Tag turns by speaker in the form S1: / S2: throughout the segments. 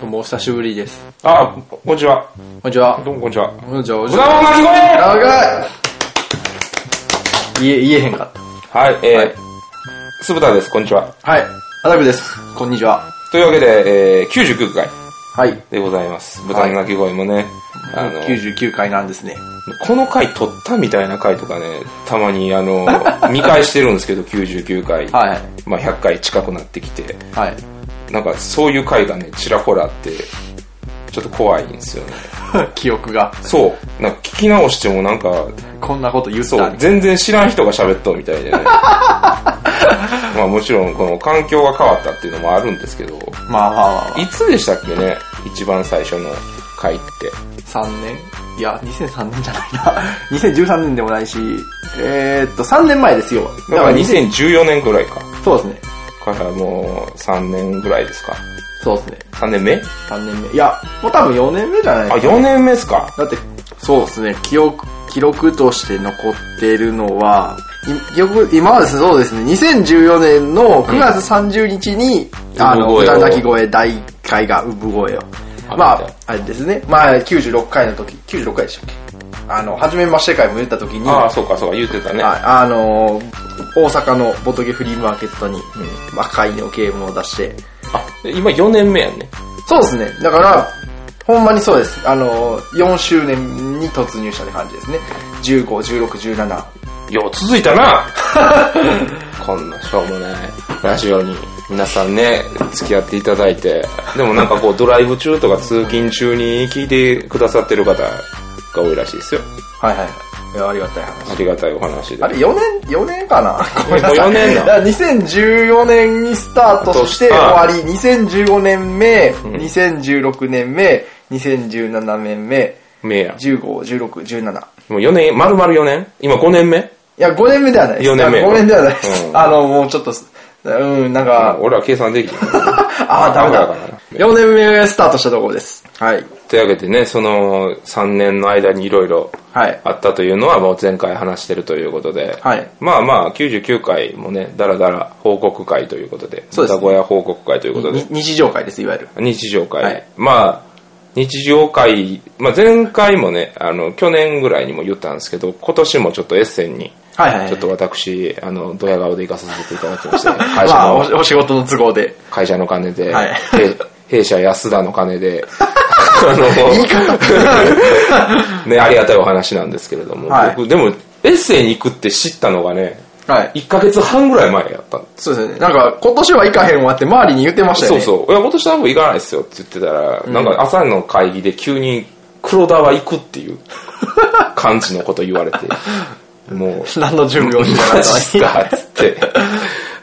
S1: どうもお久しぶりです。
S2: あ、ここんにちは。
S1: こんにちは。
S2: どうもこんにちは。
S1: こんにちは。お
S2: ブラボーマジコ
S1: 長い言え、言えへんかっ
S2: はい、
S1: は
S2: え
S1: い
S2: ー、すぶたです、こんにちは。
S1: た。はい。アタクです。こんにちは。
S2: というわけで、えー、99回
S1: はい。
S2: でございます。豚の鳴き声もね、あの、
S1: 99回なんですね。
S2: この回撮ったみたいな回とかね、たまに あの、見返してるんですけど、99回。
S1: はい。
S2: まあ100回近くなってきて、
S1: はい。
S2: なんかそういう回がね、ちらほらあって、ちょっと怖いんですよね。
S1: 記憶が、
S2: そう。なんか聞き直してもなんか、
S1: こんなこと言っ
S2: そ
S1: た
S2: う、全然知らん人が喋っとうみた いでね。まあもちろんこの環境が変わったっていうのもあるんですけど、
S1: まあまあまあ、まあ、
S2: いつでしたっけね、一番最初の回って。
S1: 3年いや、2003年じゃない な。2013年でもないし、えー、っと、3年前ですよ。
S2: だから2014年ぐらいか。
S1: そうですね。
S2: からもう3年ぐらいですか。
S1: そうですね。
S2: 3年目
S1: 3年目。いや、もう多分4年目じゃない
S2: あ、
S1: ですか。
S2: 4年目ですか。
S1: だって、そうですね、記憶、記録として残ってるのは、い記憶、今はですね、そうですね、2014年の9月30日に、あの、
S2: 産声を
S1: 歌泣き声第1回が産声を。
S2: あ
S1: ま
S2: 見
S1: あ、あれですね、まあ、96回の時、96回でしたっけあの、初めまして会も言った時に、
S2: ああ、そうかそうか、言うてたね。
S1: はい、あのー大阪のボトゲフリーマーケットに、まあ、貝のゲームを出して、
S2: あ、今4年目やんね。
S1: そうですね。だから、ほんまにそうです。あの、4周年に突入したって感じですね。15、16、17。
S2: よう続いた なこんなしょうもないラジオに皆さんね、付き合っていただいて、でもなんか こうドライブ中とか通勤中に聞いてくださってる方が多いらしいですよ。
S1: はいはい。いや、ありがたい話。
S2: ありがたいお話で。
S1: あれ、4年、4年かなごめんなさい。
S2: もう4年なの
S1: だから2014年にスタートして終わり、2015年目、2016年目、2017年目、
S2: 目や。
S1: 15、16、17。
S2: もう4年、丸々4年今5年目
S1: いや、5年目ではないです。
S2: 4年目
S1: 5年ではないです。
S2: うん
S1: あの、もうちょっと、うん、なんか、
S2: 俺は計 算できない。
S1: ああ、ダメだ
S2: ダメだから。
S1: 4年目スタートしたところです。はい。
S2: というわけでね、その3年の間にいろいろ
S1: はい。
S2: あったというのはもう前回話してるということで、
S1: はい。
S2: まあまあ99回もね、だらだら報告会ということで、
S1: そうですね
S2: 歌小屋報告会ということで
S1: に、日常会です、いわゆる。
S2: 日常会、
S1: はい
S2: まあ日常会、まあ、前回もねあの去年ぐらいにも言ったんですけど今年もちょっとエッセンに
S1: はいはい。
S2: ちょっと私あのドヤ顔で行かさせていただきました、会社
S1: まあ、お
S2: の
S1: お仕事の都合で。
S2: 会社の金で、
S1: はい
S2: 弊弊社安田の 金であの ねありがたいお話なんですけれども、
S1: はい
S2: 僕でもエッセンに行くって知ったのがね
S1: はい。
S2: 1ヶ月半ぐらい前やったんです
S1: そうですね。なんか、今年は行かへんわって周りに言ってましたよ
S2: そう
S1: ね。う。
S2: そう。いや、今年はもう行かないですよって言ってたら、なんか朝の会議で急に黒田は行くっていう 感じのこと言われて、もう、
S1: 何の準備をしてなか
S2: マ
S1: っ
S2: ジったす
S1: のに。
S2: かっ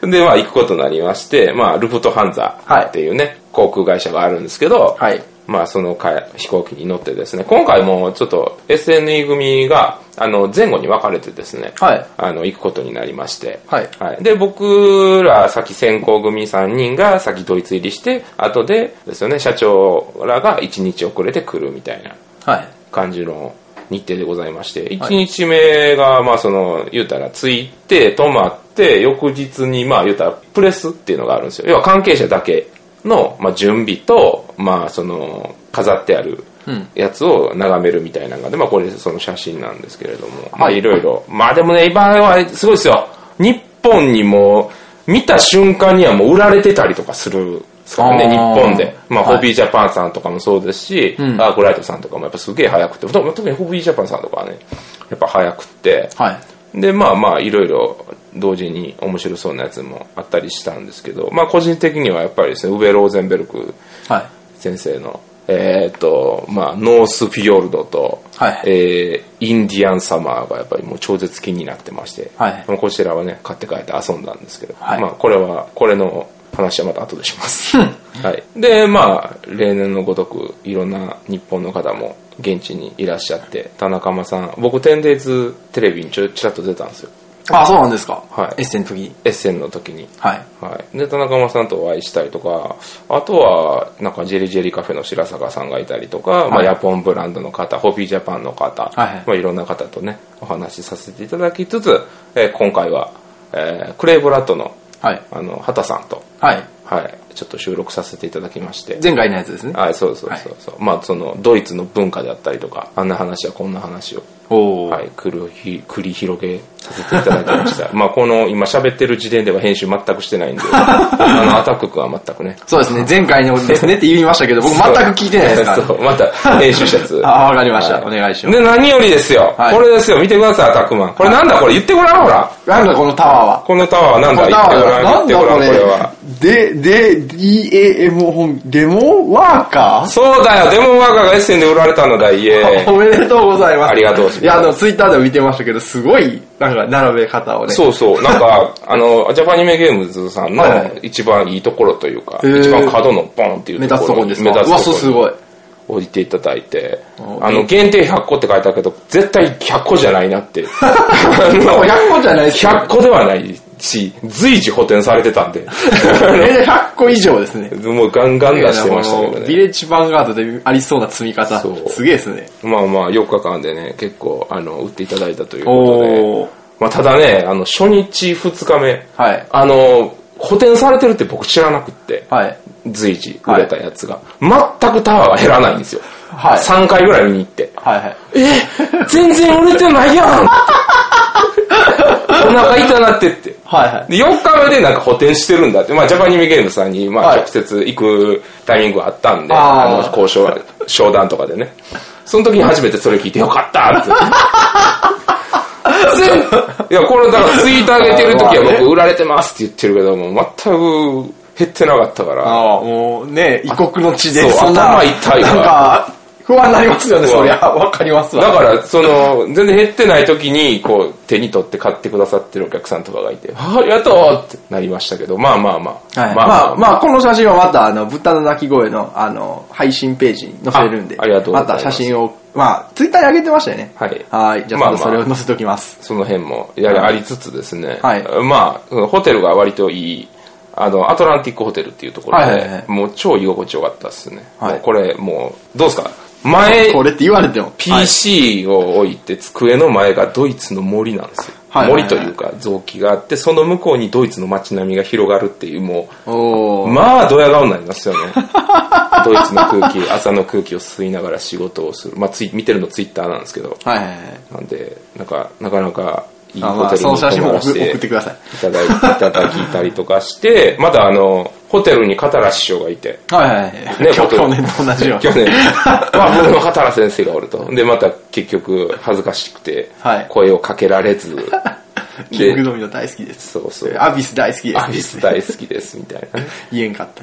S2: つって。で、まあ行くことになりまして、まあルフトハンザっていうね、航空会社があるんですけど、
S1: はい。
S2: まあそのか飛行機に乗ってですね、今回もちょっと SNE 組が、あの、前後に分かれてですね、
S1: はい。
S2: あの、行くことになりまして。
S1: はい
S2: で、僕ら、先先行組3人が先ドイツ入りして、後で、ですよね、社長らが1日遅れて来るみたいな
S1: はい。
S2: 感じの日程でございまして、1日目が、まあ、その、言うたら、着いて、泊まって、翌日に、まあ、言うたら、プレスっていうのがあるんですよ。要は関係者だけの、まあ、準備と、まあ、その、飾ってある
S1: うん。
S2: やつを眺めるみたいなのがで、まあこれその写真なんですけれども、まあ
S1: はい
S2: いろいろ。まあでもね、今はすごいですよ。日本にも、見た瞬間にはもう売られてたりとかする。ですからね、
S1: あー
S2: 日本で。まあ、
S1: はい
S2: ホビージャパンさんとかもそうですし、
S1: ん
S2: アークライトさんとかもやっぱすげえ早くて、特に特にホビージャパンさんとかはね、やっぱ早くて、
S1: はい。
S2: で、まあまあ、いろいろ同時に面白そうなやつもあったりしたんですけど、まあ個人的にはやっぱりですね、ウベ・ローゼンベルク
S1: はい。
S2: 先生の、えーっと、まあ、ノースフィヨルドと、
S1: はい
S2: えーインディアンサマーがやっぱりもう超絶気になってまして、
S1: はい
S2: まあこちらはね、買って帰って遊んだんですけど、
S1: はい
S2: まあ、これは、これの話はまた後でし ます。はい。で、まあ、例年のごとく、いろんな日本の方も現地にいらっしゃって、田中間さん、僕、テンデイズテレビにちょちらっと出たんですよ。
S1: あ、そうなんですか。
S2: はい
S1: エッセンの時に。
S2: エッセンの時に。
S1: はい。
S2: はい、で田中間さんとお会いしたりとかあとはなんかジェリジェリカフェの白坂さんがいたりとか、ま
S1: は
S2: あ、
S1: い
S2: ヤポンブランドの方ホビージャパンの方、
S1: はい
S2: まあ、いろんな方とねお話しさせていただきつつ、えー今回は、えークレイブラッドの
S1: はい。
S2: あの畑さんと、
S1: はい。
S2: はい、ちょっと収録させていただきまして。
S1: 前回のやつですね。
S2: はい、そうそうそうそう。まあ、その、ドイツの文化であったりとか、あんな話やこんな話を、
S1: おお、
S2: はい、繰りひ繰り広げさせていただきま した。まあ、この、今喋ってる時点では編集全くしてないんで、あの、アタック君は全くね。
S1: そうですね、前回のですねって言いましたけど、僕全く聞いてないですから、。
S2: そう、 また編集したやつ
S1: あ、わかりました、
S2: は
S1: お願いします。
S2: で、何よりですよ。
S1: はい
S2: これですよ。見てください、アタックマン。これなんだこれ言ってごらん、ほら。
S1: なんだこのタワーは。
S2: このタワーなんだ言ってごらん、言
S1: な
S2: っ
S1: ん
S2: て
S1: だ
S2: ごらん、
S1: こ
S2: これは。
S1: れ。で、で、DAM 本、デモワーカー。
S2: そうだよ、デモワーカーがエッセンで売られたのだ、いえ
S1: おめでとうございます。
S2: ありがとうございます
S1: いや、あの、ツイッターでも見てましたけど、すごい、なんか、並べ方をね。
S2: そ うそう、なんか、あの、ジャパニメゲームズさんの
S1: はいはい
S2: 一番いいところというか、
S1: へー
S2: 一番角のボンっていう
S1: 目
S2: と
S1: 立
S2: こ
S1: つ
S2: ろ
S1: とこです
S2: 目
S1: か
S2: 立つ
S1: う
S2: と
S1: わ、
S2: こ
S1: そう、すごい。
S2: 置いていただいて、
S1: お
S2: あの、限定100個って書いてあるけど、絶対100個じゃない なって。あ の
S1: 100個じゃないですよ
S2: 100個ではないし、随時補填されてたんで。
S1: え、100個以上ですね。
S2: もうガンガン出してました
S1: いや
S2: け
S1: あ
S2: ど
S1: の
S2: ね
S1: ビ。レッジヴァンガードでありそうな積み方
S2: そ。う
S1: すげえですね。
S2: まあまあ、4日間でね、結構、あの、売っていただいたということで。
S1: おー。
S2: まあ、ただね、あの、初日、2日目、
S1: はい。
S2: あの、補填されてるって僕知らなくって、
S1: はい。
S2: 随時売れたやつが、全くタワーが減らないんですよ。
S1: はい
S2: 3回ぐらい見に行って。
S1: はいはい。
S2: え全然売れて ないやんってお腹痛なってって。
S1: はいはい。
S2: で、4日目でなんか補填してるんだって、まあ、ジャパニメゲームさんに、まあ、
S1: はい
S2: 直接行くタイミングがあったんで、
S1: あー
S2: あの、交渉、商談とかでね。その時に初めてそれ聞いてよかった って。全いや、これだからツイート上げてる時
S1: まあ
S2: は
S1: ね
S2: 僕売られてますって言ってるけども、全く減ってなかったから、
S1: ああ、もうね、異国の地で、
S2: そう
S1: そんな、
S2: 頭痛いわ
S1: なんか、不安になりますよね、
S2: 不安
S1: そりゃ。わかります
S2: だ
S1: わ。
S2: から、その、全然減ってない時に、こう、手に取って買ってくださってるお客さんとかがいて、あありがとうってなりましたけど、まあまあまあ。
S1: はい、まあまあ、この写真はまた、あの、豚の鳴き声の、あの、配信ページに載せるんで、
S2: あありがとうございます
S1: た写真を、まあ、ツイッターに上げてましたよね。
S2: はい
S1: はい。じゃあ、
S2: まあ
S1: またそれを載せときます。
S2: その辺もや
S1: は
S2: や
S1: い
S2: ありつつですね、
S1: はい
S2: まあそのホテルが割といいあのアトランティックホテルっていうところで、
S1: はいはいはい
S2: もう超居心地よかったですね、
S1: はい
S2: もうこれもうどうですか前
S1: これって言われても。はい
S2: PC を置いて机の前がドイツの森なんですよ、
S1: はいはいはい
S2: 森というか臓器があってその向こうにドイツの街並みが広がるっていうも
S1: お
S2: う
S1: ー。
S2: まあドヤ顔になりますよね ドイツの空気朝の空気を吸いながら仕事をする、まあ、ツイ見てるのツイッターなんですけど
S1: はいはいはい。
S2: なんで、なんか、なかなかいい
S1: あ
S2: ホ
S1: まあ、
S2: テル
S1: そ
S2: に
S1: の写真
S2: 泊
S1: も
S2: まらせ
S1: 送
S2: て
S1: 送って
S2: い
S1: ください。
S2: ただいいただいたりとかして、まだあの、ホテルに片良師匠がいて、
S1: はいはいはい。去
S2: 僕
S1: 去年と同じよう
S2: 去
S1: な。
S2: 年、 まあ僕の片良先生がおると。で、また結局恥ずかしくて
S1: はい、
S2: 声をかけられず、
S1: キング
S2: で、
S1: ドミノ大好きです。
S2: そう そう、
S1: アビス大好きです。
S2: アビス大好きです、みたいなね。
S1: 言えんかった。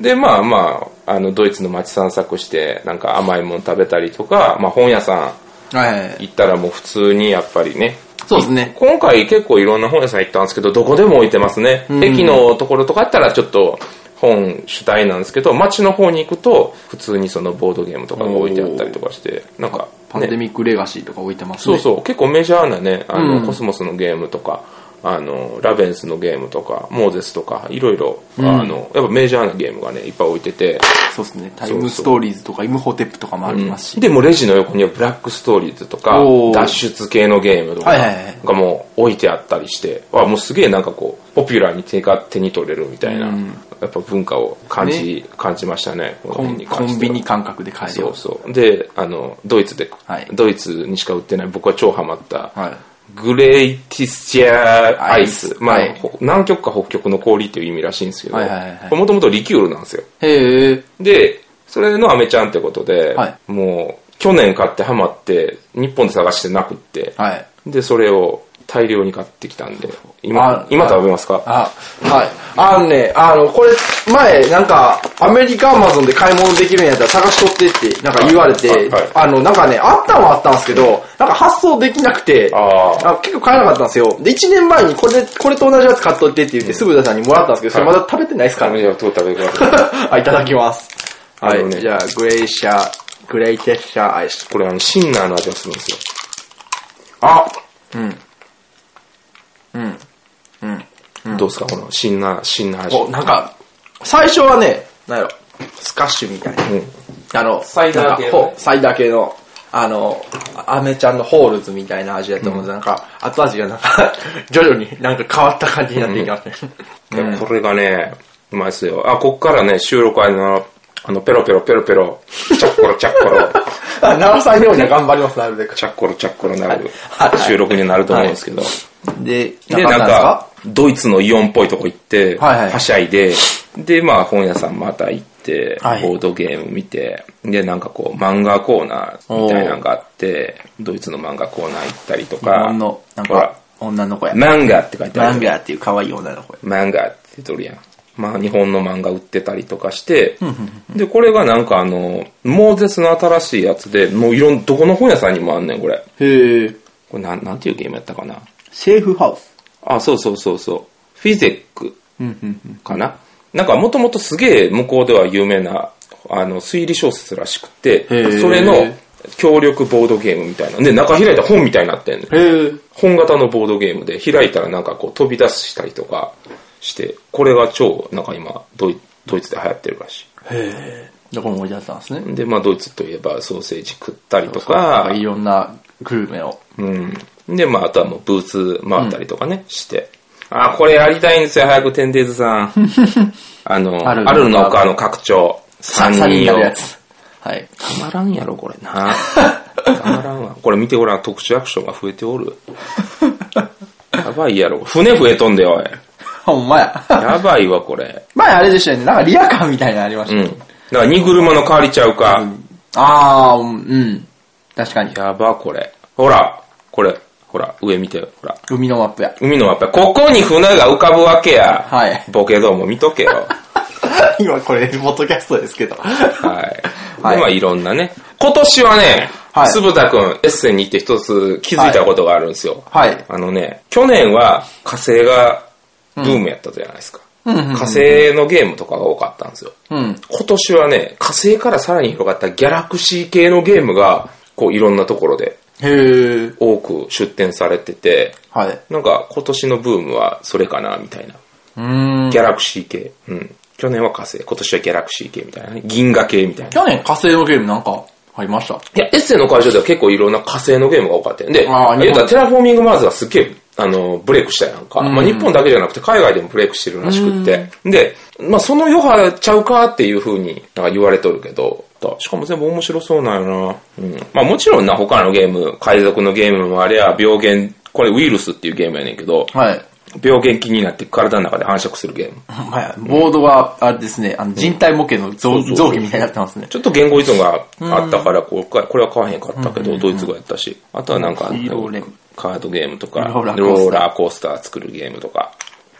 S2: で、まあまあ、あの、ドイツの街散策して、なんか甘いもん食べたりとか、まあ本屋さ
S1: はいはいは
S2: ん
S1: い。
S2: 行ったらもう普通にやっぱりね、
S1: そうですね。
S2: 今回結構いろんな本屋さん行ったんですけど、どこでも置いてますね。駅のところとかあったらちょっと本主体なんですけど、街の方に行くと、普通にそのボードゲームとかが置いてあったりとかして、なんか、
S1: パンデ
S2: ね、
S1: ミックレガシーとか置いてます
S2: そう
S1: ね。う
S2: そう、結構メジャーなね、あの、コスモスのゲームとか、あの、ラベンスのゲームとか、モーゼスとか、いろいろ、あの、やっぱメジャーなゲームがね、いっぱい置いてて、
S1: そうですね。タイムストーリーズとかイムホテップとかもありますし。
S2: で、もうレジの横にはブラックストーリーズとか
S1: お、ー
S2: 脱出系のゲームとか
S1: はいはいはい
S2: がもう置いてあったりして、あもうすげえなんかこう、ポピュラーに手が手に取れるみたいな、やっぱ文化を感じ、感じましたね。この
S1: コ
S2: 辺
S1: ン
S2: 関して
S1: コ
S2: は
S1: ンビニ感覚で買える
S2: そ
S1: よ
S2: う。そう。で、あの、ドイツで、
S1: はい
S2: ドイツにしか売ってない、僕は超ハマった、
S1: はい
S2: グレイティスチャーアイス。
S1: アイス
S2: まあ、
S1: はい
S2: ほ南極か北極の氷という意味らしいんですけど、
S1: はいはいはい
S2: これもともとリキュールなんですよ。
S1: へえ。
S2: で、それのアメちゃんってことで、
S1: はい
S2: もう、去年買ってハマって、日本で探してなくって、
S1: はい。
S2: で、それを大量に買ってきたんで、
S1: あ
S2: 今、今食べますか
S1: あ、はい。あのね、あの、これ、前、なんか、アメリカアマゾンで買い物できるんやったら探しとってって、なんか言われて、
S2: はいはい
S1: あの、なんかね、あったんはあったんですけど、なんか発送できなくて、
S2: あー
S1: あ結構買えなかったんですよ。で、1年前にこれで、これと同じやつ買っといてって言って、すぐ田さんにもらったんですけど、それまだ食べてないですからね。
S2: じゃあ、と食べてくださ い。
S1: あ、いただきます。は
S2: あの
S1: い、
S2: ね
S1: じゃあ、グレイシャー、グレイテッシャーアイ ス。
S2: これ、あの、シンナーの味がするんですよ。
S1: あ
S2: どうですかこの、シンナー、シンナー味。
S1: お、なんか、最初はね、なんやろ、スカッシュみたいな。
S2: うん
S1: あの、
S2: サイダー系のね
S1: なんかほサイダー系の、あの、アメちゃんのホールズみたいな味だと思うんで、なんか、 後味がなんか、徐々になんか変わった感じになっていきますね。
S2: でもこれがね、うまいっすよ。あ、こっからね、収録あの、あの、ペロペロペロペロ、チャッコロチャッコロ、
S1: あ、流さんようには頑張ります、なるべく。
S2: チャッコロチャッコロなる
S1: はい
S2: 収録になると思うんですけど。
S1: で、
S2: で、なんか、ドイツのイオンっぽいとこ行って、
S1: はいはい
S2: はしゃいで、で、まあ、本屋さんまた行って、
S1: はい
S2: ボードゲーム見て、で、なんかこう、漫画コーナーみたいなのがあって、ドイツの漫画コーナー行ったりと
S1: 日
S2: か、
S1: 本の、なん
S2: ほら
S1: か、、女の子や。
S2: 漫画って書いてあ
S1: マ
S2: る
S1: ン。ガーっていう可愛い女の子や。
S2: 漫画って言うとるやん。まあ、日本の漫画売ってたりとかして、で、これがなんかあの、モーゼスの新しいやつで、もういろん、どこの本屋さんにもあんねん、これ。
S1: へえ。
S2: これなん、なんていうゲームやったかな。
S1: セーフハウス。
S2: あ、そうそうそうそう。フィゼック
S1: うんうんうん。
S2: かな。なんかもともとすげえ向こうでは有名な、あの、推理小説らしくて
S1: へ、ー
S2: それの協力ボードゲームみたいな。で、中開いたら本みたいになってんねん
S1: へえ。
S2: 本型のボードゲームで開いたらなんかこう飛び出したりとかして、これが超なんか今ドイドイツで流行ってるらし
S1: へえ。どこも置いてあったんですね。
S2: い。で、まあドイツといえばソーセージ食ったりと
S1: なん
S2: か
S1: か、いろんなグルメを。
S2: うん。で、まああとはもうブーツ回ったりとかね、して。あ、これやりたいんですよ、早くテンデイズさ ん。あの、
S1: あ
S2: あ
S1: るのか
S2: るのかの拡張。三
S1: 三
S2: 人
S1: やる
S2: 用
S1: や。つ。はい。
S2: たまらんやろ、これな。たまらんわ。これ見てごらん、特殊アクションが増えて おる。やばいやろ。船増えとんだよ、おい。
S1: ほんまや。
S2: やばいわ、これ。
S1: 前あれでしたよね。なんかリアカーみたいなのありまし
S2: うん。だから、荷車の代わりちゃうか。
S1: た。ああ、うん。確かに。
S2: やば、これ。ほら、これ、ほら、上見てよ、ほら。
S1: 海のマップや。
S2: 海のやっぱり、ここに船が浮かぶわけや。
S1: はい
S2: ボケども見とけよ。
S1: 今これ、ポッドキャストですけど。
S2: はい。
S1: はい
S2: で、まあ、いろんなね。今年はね、
S1: はい
S2: すぶたくん、エッセンに行って一つ気づいたことがあるんですよ。
S1: はい。
S2: あのね、去年は火星がブームやったじゃないですか。
S1: うんうんうん
S2: 火星のゲームとかが多かったんですよ。
S1: うん。
S2: 今年はね、火星からさらに広がったギャラクシー系のゲームが、こういろんなところで
S1: へえ。
S2: 多く出展されてて、
S1: はい。
S2: なんか今年のブームはそれかな、みたいな。
S1: うーん。
S2: ギャラクシー系。うん。去年は火星、今年はギャラクシー系みたいなね。銀河系みたいな。
S1: 去年火星のゲームなんかありました
S2: いや、エッセイの会場では結構いろんな火星のゲームが多かったよ。で、
S1: あー
S2: 言うたらテラフォーミングマーズがすっげえ、あの、ブレイクしたやんか。
S1: ん
S2: まあ日本だけじゃなくて海外でもブレイクしてるらしくって。で、まあその余波ちゃうかっていう風になんか言われとるけど、だしかも全部面白そうなんやな。うん。まあもちろんな、他のゲーム、海賊のゲームもあれや、病原、これウイルスっていうゲームやねんけど、
S1: はい。
S2: 病原菌になって体の中で繁殖するゲーム。
S1: ほんまや。ボードは、あれですね、あの人体模型の造
S2: そうそう
S1: 造形みたいになってますね。
S2: ちょっと言語依存があったから、こうかこれは買わへんかったけど、ドイツ語やったし、あとはなんか
S1: ヒーローレン、
S2: カードゲームとか、
S1: ロ
S2: ロ
S1: ーラーコースター
S2: ーラーコースター作るゲームとか、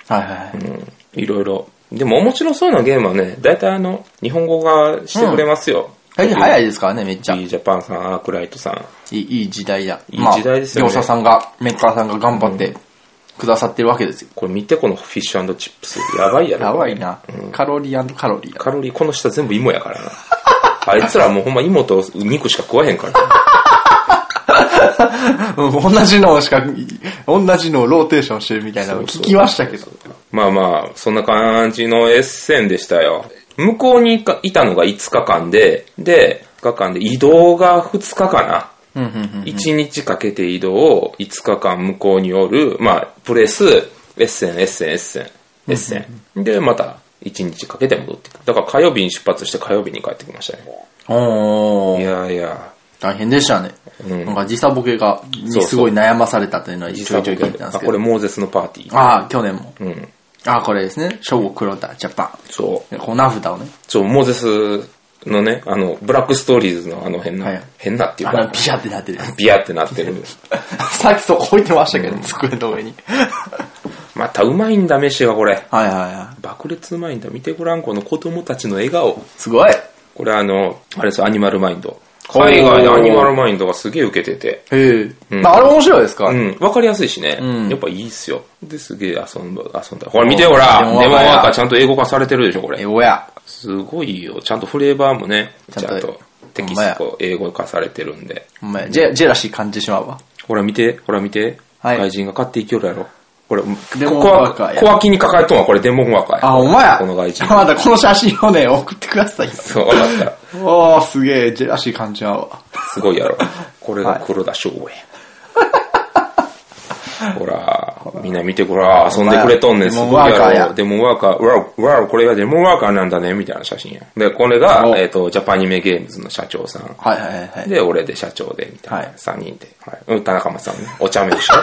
S1: はいはい。
S2: うんいろいろ。でも面白そうなゲームはね、大体あの、日本語がしてくれますよ。
S1: 最近早いですからね、めっちゃ。い
S2: いいジャパンさん、アークライトさん。
S1: いいい時代だ。
S2: いい時代ですよ
S1: ま
S2: ね
S1: あ業者さんが、メーカーさんが頑張ってくださってるわけですよ。
S2: これ見て、このフィッシュチップス。やばいやろ。
S1: やばいな。カロリーカロリーや。
S2: カロリー、この下全部芋やからな。あいつらもうほんま芋と肉しか食わへんからな。
S1: うん同じのしか、同じのをローテーションしてるみたいなの聞きましたけど。
S2: まあまあ、そんな感じのエッセンでしたよ。向こうにいたのが5日間で、で、5日間で移動が2日かな。
S1: うんうんうん。
S2: 1日かけて移動を5日間向こうにおる、まあ、プレス、エッセン、エッセン、エッセン、エッセン。で、また1日かけて戻ってくる。だから火曜日に出発して火曜日に帰ってきましたね。
S1: お
S2: い
S1: ー、
S2: やいや、
S1: 大変でしたね。なんか時差ボケが、にすごい悩まされたというのはちょいちょい聞いてたんで
S2: あ、
S1: すけ
S2: これ
S1: ど。
S2: モーゼスのパーティー。
S1: ああ、去年も。
S2: うん。
S1: ああ、これですね。ショーゴ黒田ジャパ
S2: そう。
S1: ン。この名札をね。
S2: そう、モーゼスのね、あの、ブラックストーリーズのあの変な、
S1: はい
S2: 変なっていう
S1: あ
S2: か
S1: の、、ピシャってなってるやつ。
S2: ビヤってなってる。
S1: さっきそこ置いてましたけど、机の上に。
S2: またうまいんだ、飯がこれ。
S1: はいはいは
S2: 爆裂うまいんだ。見てごらん、この子供たちの笑顔。
S1: い。すごい。へ
S2: これあの、あれです、アニマルマインド。
S1: おー
S2: 海外でアニマルマインドがすげえ受けてて。
S1: え。まあ、あれ面白いですか
S2: うん、わかりやすいしね。
S1: ん
S2: やっぱいいっすよ。で、すげえ遊んだ、遊んだ。ほら見てよほら、
S1: デ
S2: デ
S1: モ
S2: モ
S1: ワーカーや
S2: ワーカーちゃんと英語化されてるでしょ、こ
S1: え、
S2: れ。
S1: 親。
S2: すごいよ。ちゃんとフレーバーもね、
S1: ち
S2: ち
S1: ゃ
S2: ゃ
S1: ん
S2: ん
S1: と
S2: とテキ
S1: ほんまや
S2: スト、英語化されてるんで。
S1: お前、ジェジェラシー感じてしまうわ。
S2: ほら見て、ほら見て。
S1: はい
S2: 外人が買っていきよるやろ。これ、こ
S1: デモン
S2: こ
S1: ワー
S2: は
S1: カーや
S2: 小脇に抱えとんわ、これデモンワーカーや。
S1: あ、お前や。
S2: この外人。
S1: まだこの写真をね、送ってくださいよ。
S2: そう、わかった。
S1: おー、すげえ、ジェラシー 感じちまうわ。
S2: すごいやろ。これが黒田翔吾や。ほら、みんな見てこら、遊んでくれとんねん、す
S1: ほら
S2: ごい
S1: デモワーカー
S2: やろ。
S1: や
S2: デモワーカー、わわこれがデモワーカーなんだね、みたいな写真や。で、これ
S1: お
S2: が、えっと、ジャパニメゲームズの社長さん。
S1: はいはいはいはい。
S2: で、俺で社長で、みたい
S1: は
S2: な。
S1: い
S2: 三人で。はい。うん、田中間さんね。お茶目でし ょ。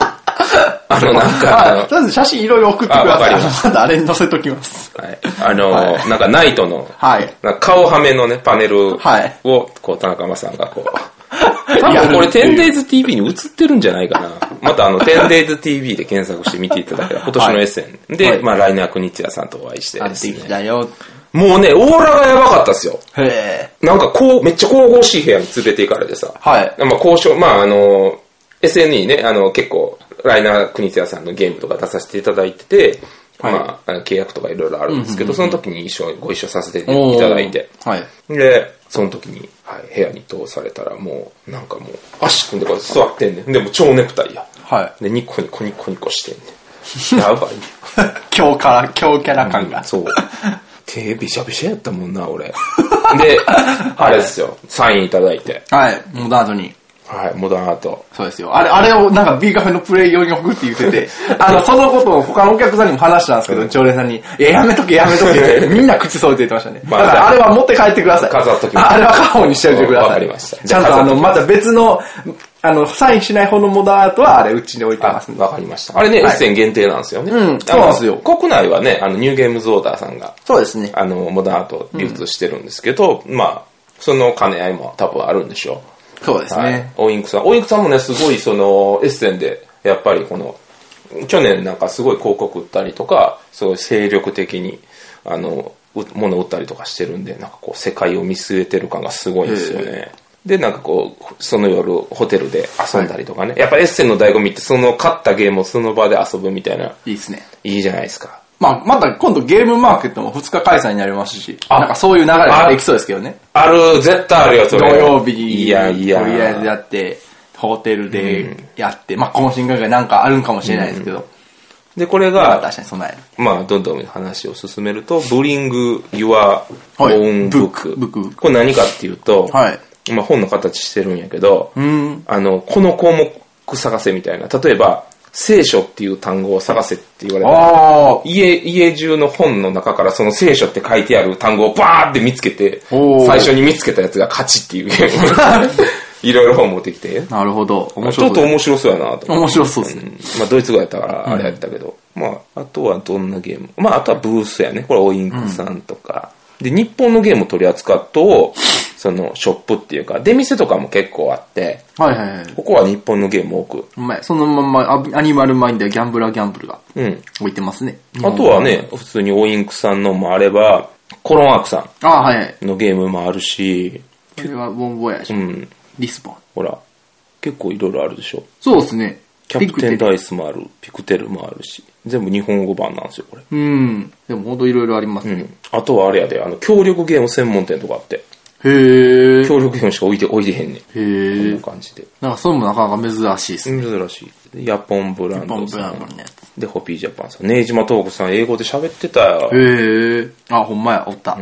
S2: あの、なんか、あの
S1: あ、とりあえず写真いろいろ送ってくだ
S2: あわか
S1: さい。
S2: り
S1: あ
S2: ま
S1: のまだあれに載せときます。
S2: はい。あの、なんかナイトの、
S1: はい。
S2: なんか顔はめのね、パネルを、
S1: はい
S2: こう、田中間さんがこう。多
S1: やる
S2: 分これ
S1: っていう
S2: 10daysTV に映ってるんじゃないかな。また あの 10daysTV で検索して見ていただけたら今年のエッセンで、
S1: はい
S2: まあライナークニッチヤさんとお会いして
S1: あ
S2: で
S1: っ
S2: す
S1: てき
S2: ね。
S1: たよ。
S2: もうね、オーラがやばかったっすよ。
S1: へえ。
S2: なんかこう、めっちゃ神々しい部屋に連れて行かれてさ。
S1: はい。
S2: まあ交渉、まああの、SNE ね、あの結構、ライナー・クニツヤさんのゲームとか出させていただいてて、まああの、契約とかいろいろあるんですけど、その時に一緒にご一緒させていただいて。
S1: おー。はい。
S2: で、その時に、はい、部屋に通されたらもう、なんかもう、足組んでこう座ってんねん。でも超ネクタイや。
S1: は
S2: で、ニコニコニコニコしてんねん。 やばいね。
S1: い。 強キャラ、強キャラ感が。
S2: そう。 手びしゃびしゃやったもんな、 俺。で、あれですよ、サインいただいて。
S1: はい。モダードに。
S2: はい、モダンアート。
S1: そうですよ。あれ、あれをなんか B カフェのプレイ用に送って言って て、あの、そのことを他のお客さんにも話したんですけど、常連さんに、いや、やめとけ、やめとけって、 みんな口添えて言ってましたね。
S2: ま
S1: だ
S2: あ
S1: からあれは持って帰ってください。
S2: 飾っときます
S1: あれは家宝にしておいてください。
S2: わかりました
S1: ちゃんとあの、
S2: じゃあ
S1: また別の、あの、サインしない方のモダーアートは、あれ、うちに置いて
S2: あ
S1: ますん、で。
S2: わかりました。あれね、
S1: はい
S2: 一戦限定なんですよね。
S1: んそうなんですよ
S2: あの国内はね、あの、ニューゲームズオーダーさんが、
S1: そうですね。
S2: あの、モダンアート流通してるんですけど、まあ、その兼ね合いも多分あるんでしょ
S1: そうです
S2: う。はい
S1: ね。
S2: オインクさん。オインクさんもね、すごいその、エッセンで、やっぱりこの、去年なんかすごい広告売ったりとか、すごい精力的に、あの、う物を売ったりとかしてるんで、なんかこう、世界を見据えてる感がすごいんですよね。で、なんかこう、その夜、ホテルで遊んだりとかね。やっぱエッセンの醍醐味って、その勝ったゲームをその場で遊ぶみたいな、
S1: いいですね。
S2: いいじゃないですか。
S1: まあ、また今度ゲームマーケットも2日開催になりますし、
S2: あ
S1: なんかそういう流れができそうですけどね。
S2: ある、絶対あるよ、そ
S1: 土
S2: れ。
S1: 曜日に、
S2: いやいや。
S1: とりあえずやって、ホテルでやって、まあ、懇親会がなんかあるんかもしれないですけど、
S2: で、これ
S1: まあ、
S2: が、
S1: 確かにそんなやる。
S2: まあ、どんどん話を進めると、Bring Your
S1: はい
S2: Own Book。
S1: Book Book
S2: これ何かっていうと、
S1: はい
S2: まあ、本の形してるんやけど、
S1: ん
S2: あの、この項目探せみたいな。例えば、聖書っていう単語を探せって言われたら、
S1: あ
S2: 家、家中の本の中からその聖書って書いてある単語をバーって見つけて、
S1: おー
S2: 最初に見つけたやつが勝 ちっていう ゲーム。いろいろ本持ってきて。
S1: あ、なるほど。面
S2: ちょ
S1: 白
S2: っ
S1: そ
S2: と
S1: う。
S2: 面白そうやなと思って。
S1: 面白そうですね。
S2: まあ、ドイツ語やったから、あれやったけど、まあ、あとはどんなゲームまあ、あとはブースやね。これ、オインクさんとか。で、日本のゲームを取り扱うと、その、ショップっていうか、出店とかも結構あって、
S1: はいはいはい。
S2: ここは日本のゲーム多く。
S1: うまい。そのまんま、アアニマルマインドやギャンブラーギャンブルが
S2: うん。
S1: 置いてますね。
S2: あとはね、普通にオインクさんのもあれば、コロンアークさ
S1: ああ、はいはい。
S2: んのゲームもあるし、
S1: これはボンボヤージ
S2: う
S1: ュ、
S2: ん、
S1: リスボン。
S2: ほら、結構いろいろあるでしょ。
S1: そうですね。
S2: キャプテン
S1: ビッグテ
S2: ダイスもある、ピクテルもあるし、全部日本語版なんですよ、これ。
S1: うん。でもほんといろいろありますね。
S2: あとはあれやで、あの、協力ゲーム専門店とかあって。
S1: へえ。
S2: 協力編しか置いて、置いてへんねん。こ
S1: へ
S2: んな
S1: え。
S2: 感じで。
S1: なんかそれもなかなか珍しいですね。
S2: 珍しい。ヤポンブラン
S1: ボン
S2: ド
S1: ブ
S2: さ
S1: ランブル
S2: ん。
S1: のやつ。
S2: で、ホピージャパンさん。ネイジマトークさん、英語で喋ってたよ。
S1: へえ。あ、ほんまや、おった。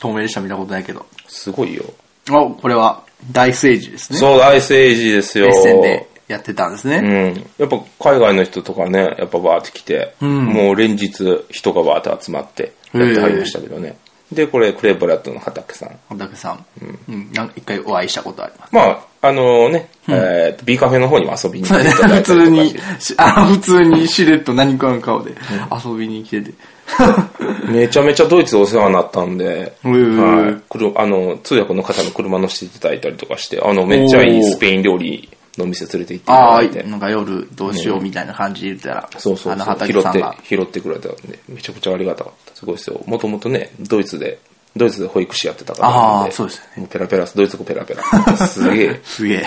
S1: 透明でした見たことないけど。
S2: すごいよ。
S1: あ、これは、大聖児ですね。
S2: そう、アイスエイジですよ。
S1: エッセンでやってたんです
S2: う
S1: ね。
S2: ん。やっぱ海外の人とかね、やっぱバーって来て、もう連日人がバーって集まって、やってはりましたけどね。で、これ、クレーブラッドの畑さん。
S1: 本竹さん。うん。なん一回お会いしたことあります。
S2: まあ、あのね、えーと、B カフェの方にも遊びに行
S1: そう
S2: って
S1: ね、
S2: いただ
S1: 普
S2: い
S1: 通
S2: たりとか
S1: に
S2: して、
S1: しあ普通にしれっと何かの顔で遊びに来てて。
S2: めちゃめちゃドイツでお世話になったんで、
S1: へー
S2: はいくるあの通訳の方の車乗せていただいたりとかして、あのめっちゃいいスペイン料理のお店連れて行っていた
S1: あ
S2: だ
S1: あ、
S2: いて、
S1: なんか夜どうしようみたいな感じで言ったら、
S2: そうそう
S1: あの
S2: そう
S1: 畑
S2: 拾っ
S1: さんが。
S2: て、拾ってくれたんで、めちゃくちゃありがたかった。すごいですよ。もともとね、ドイツで、ドイツで保育士やってたからなん
S1: あーそうですよ
S2: もうペラペラ、ドイツ語ペラペラ。す げえ。
S1: すげえ。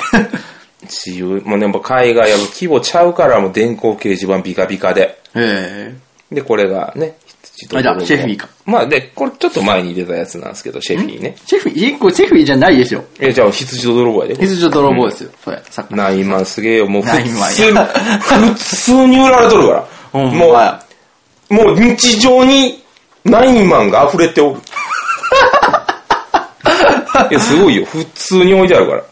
S2: 自由。もうねやっぱ海外は規模ちゃうから、もう電光掲示板ビカビカで。
S1: へ
S2: で、これがね、一
S1: あじゃあシェフィーか。
S2: まあ、で、これちょっと前に出たやつなんですけど、シェフィーね
S1: え。。チェフィー、えこれチェフィーじゃないでしょ。
S2: え、じゃあ、羊と泥棒やで。
S1: 水上泥棒ですよ。それ、さっき。
S2: ナイマンすげえよ、もう普
S1: ナイマン
S2: 通に、普通に売られとるか
S1: ほ
S2: ら。
S1: ん
S2: も
S1: まや
S2: う、もう日常にナイマンが溢れ ておる。いや、すごいよ、普通に置いてあるから。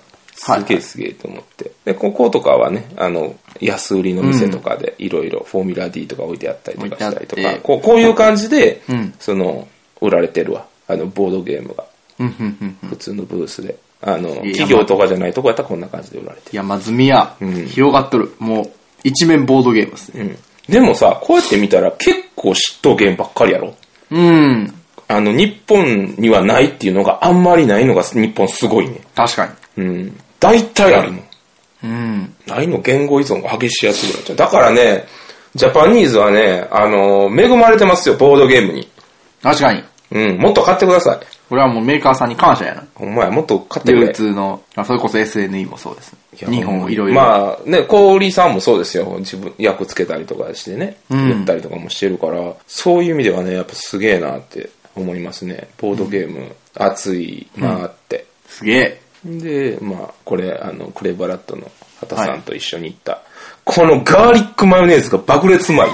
S1: はい
S2: すげえすげえと思って。で、こことかはね、あの、安売りの店とかで、いろいろフォーミュラ D とか置いてあったりとかしたりと
S1: 置いてあっ
S2: か
S1: て、
S2: こうこういう感じで、
S1: うん
S2: その、売られてるわ。あの、ボードゲームが。
S1: うんうんうんうん
S2: 普通のブースで。あの、
S1: え
S2: 企業とかじゃないとこやったらこんな感じで売られてる。
S1: 山積みや、
S2: ん
S1: 広がっとる。もう、一面ボードゲームですね。
S2: うん。でもさ、こうやって見たら結構嫉妬ゲームばっかりやろ
S1: うん。
S2: あの、日本にはないっていうのがあんまりないのが日本すごいね。
S1: 確か
S2: うん。大体あるもん。
S1: に。うん。
S2: ないの言語依存が激しいやつぐらいじゃん。だからね、ジャパニーズはね、あの、恵まれてますよ、ボードゲームに。
S1: 確かに。
S2: うん、もっと買ってください。
S1: これはもうメーカーさんに感謝やな。
S2: ほんまや、もっと買ってく
S1: 流
S2: れ。
S1: 通の、あそれこそ SNE もそうです。日本いろいろ。
S2: まあね、小売さんもそうですよ。自分、役つけたりとかしてね、
S1: ん
S2: やったりとかもしてるから、そういう意味ではね、やっぱすげえなって思いますね。ボードゲーム、熱いなって。
S1: すげえ。
S2: で、まあ、これ、あの、クレバラットの畑さんと一緒に行った、このガーリックマヨネーズが爆裂うまい。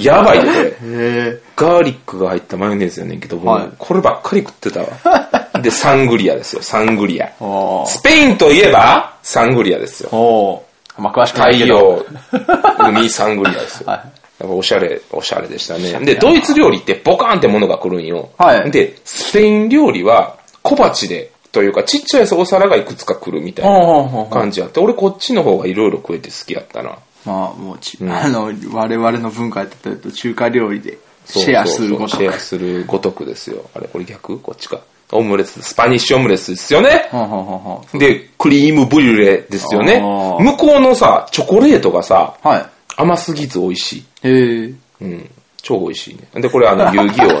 S2: やばいで、これ。
S1: へ
S2: ガーリックが入ったマヨネーズやねんけど、もう
S1: はい
S2: こればっかり食ってたわ。で、サングリアですよ、サングリア。
S1: おー
S2: スペインといえば、サングリアですよ。
S1: おーあんま詳しくな
S2: 太
S1: いけど。
S2: 陽、海サングリアですよ。
S1: はい
S2: やっぱおしゃれ、おしゃれでしたね。で、ドイツ料理ってボカーンってものが来るんよ。
S1: はい
S2: で、スペイン料理は小鉢で、というかちっちゃいお皿がいくつか来るみたいな
S1: ほうほうほう
S2: 感じあって、俺こっちの方がいろいろ食えて好きやったな。
S1: まあ、もうち、 あの、我々の文化やってると中華料理で
S2: そう
S1: シェアする
S2: そ
S1: こ
S2: うそうシ
S1: と
S2: ェア。するごとくですよ。あれ、これ逆こっちか。オムレツ、スパニッシュオムレツですよね。
S1: ほうほうほうほ
S2: で、クリームブリュレですよね。
S1: あー
S2: 向こうのさ、チョコレートがさ、
S1: う。は
S2: 甘すぎず美味しい。
S1: い。へえ。
S2: うん。超美味しいね。で、これ あの、遊戯王の、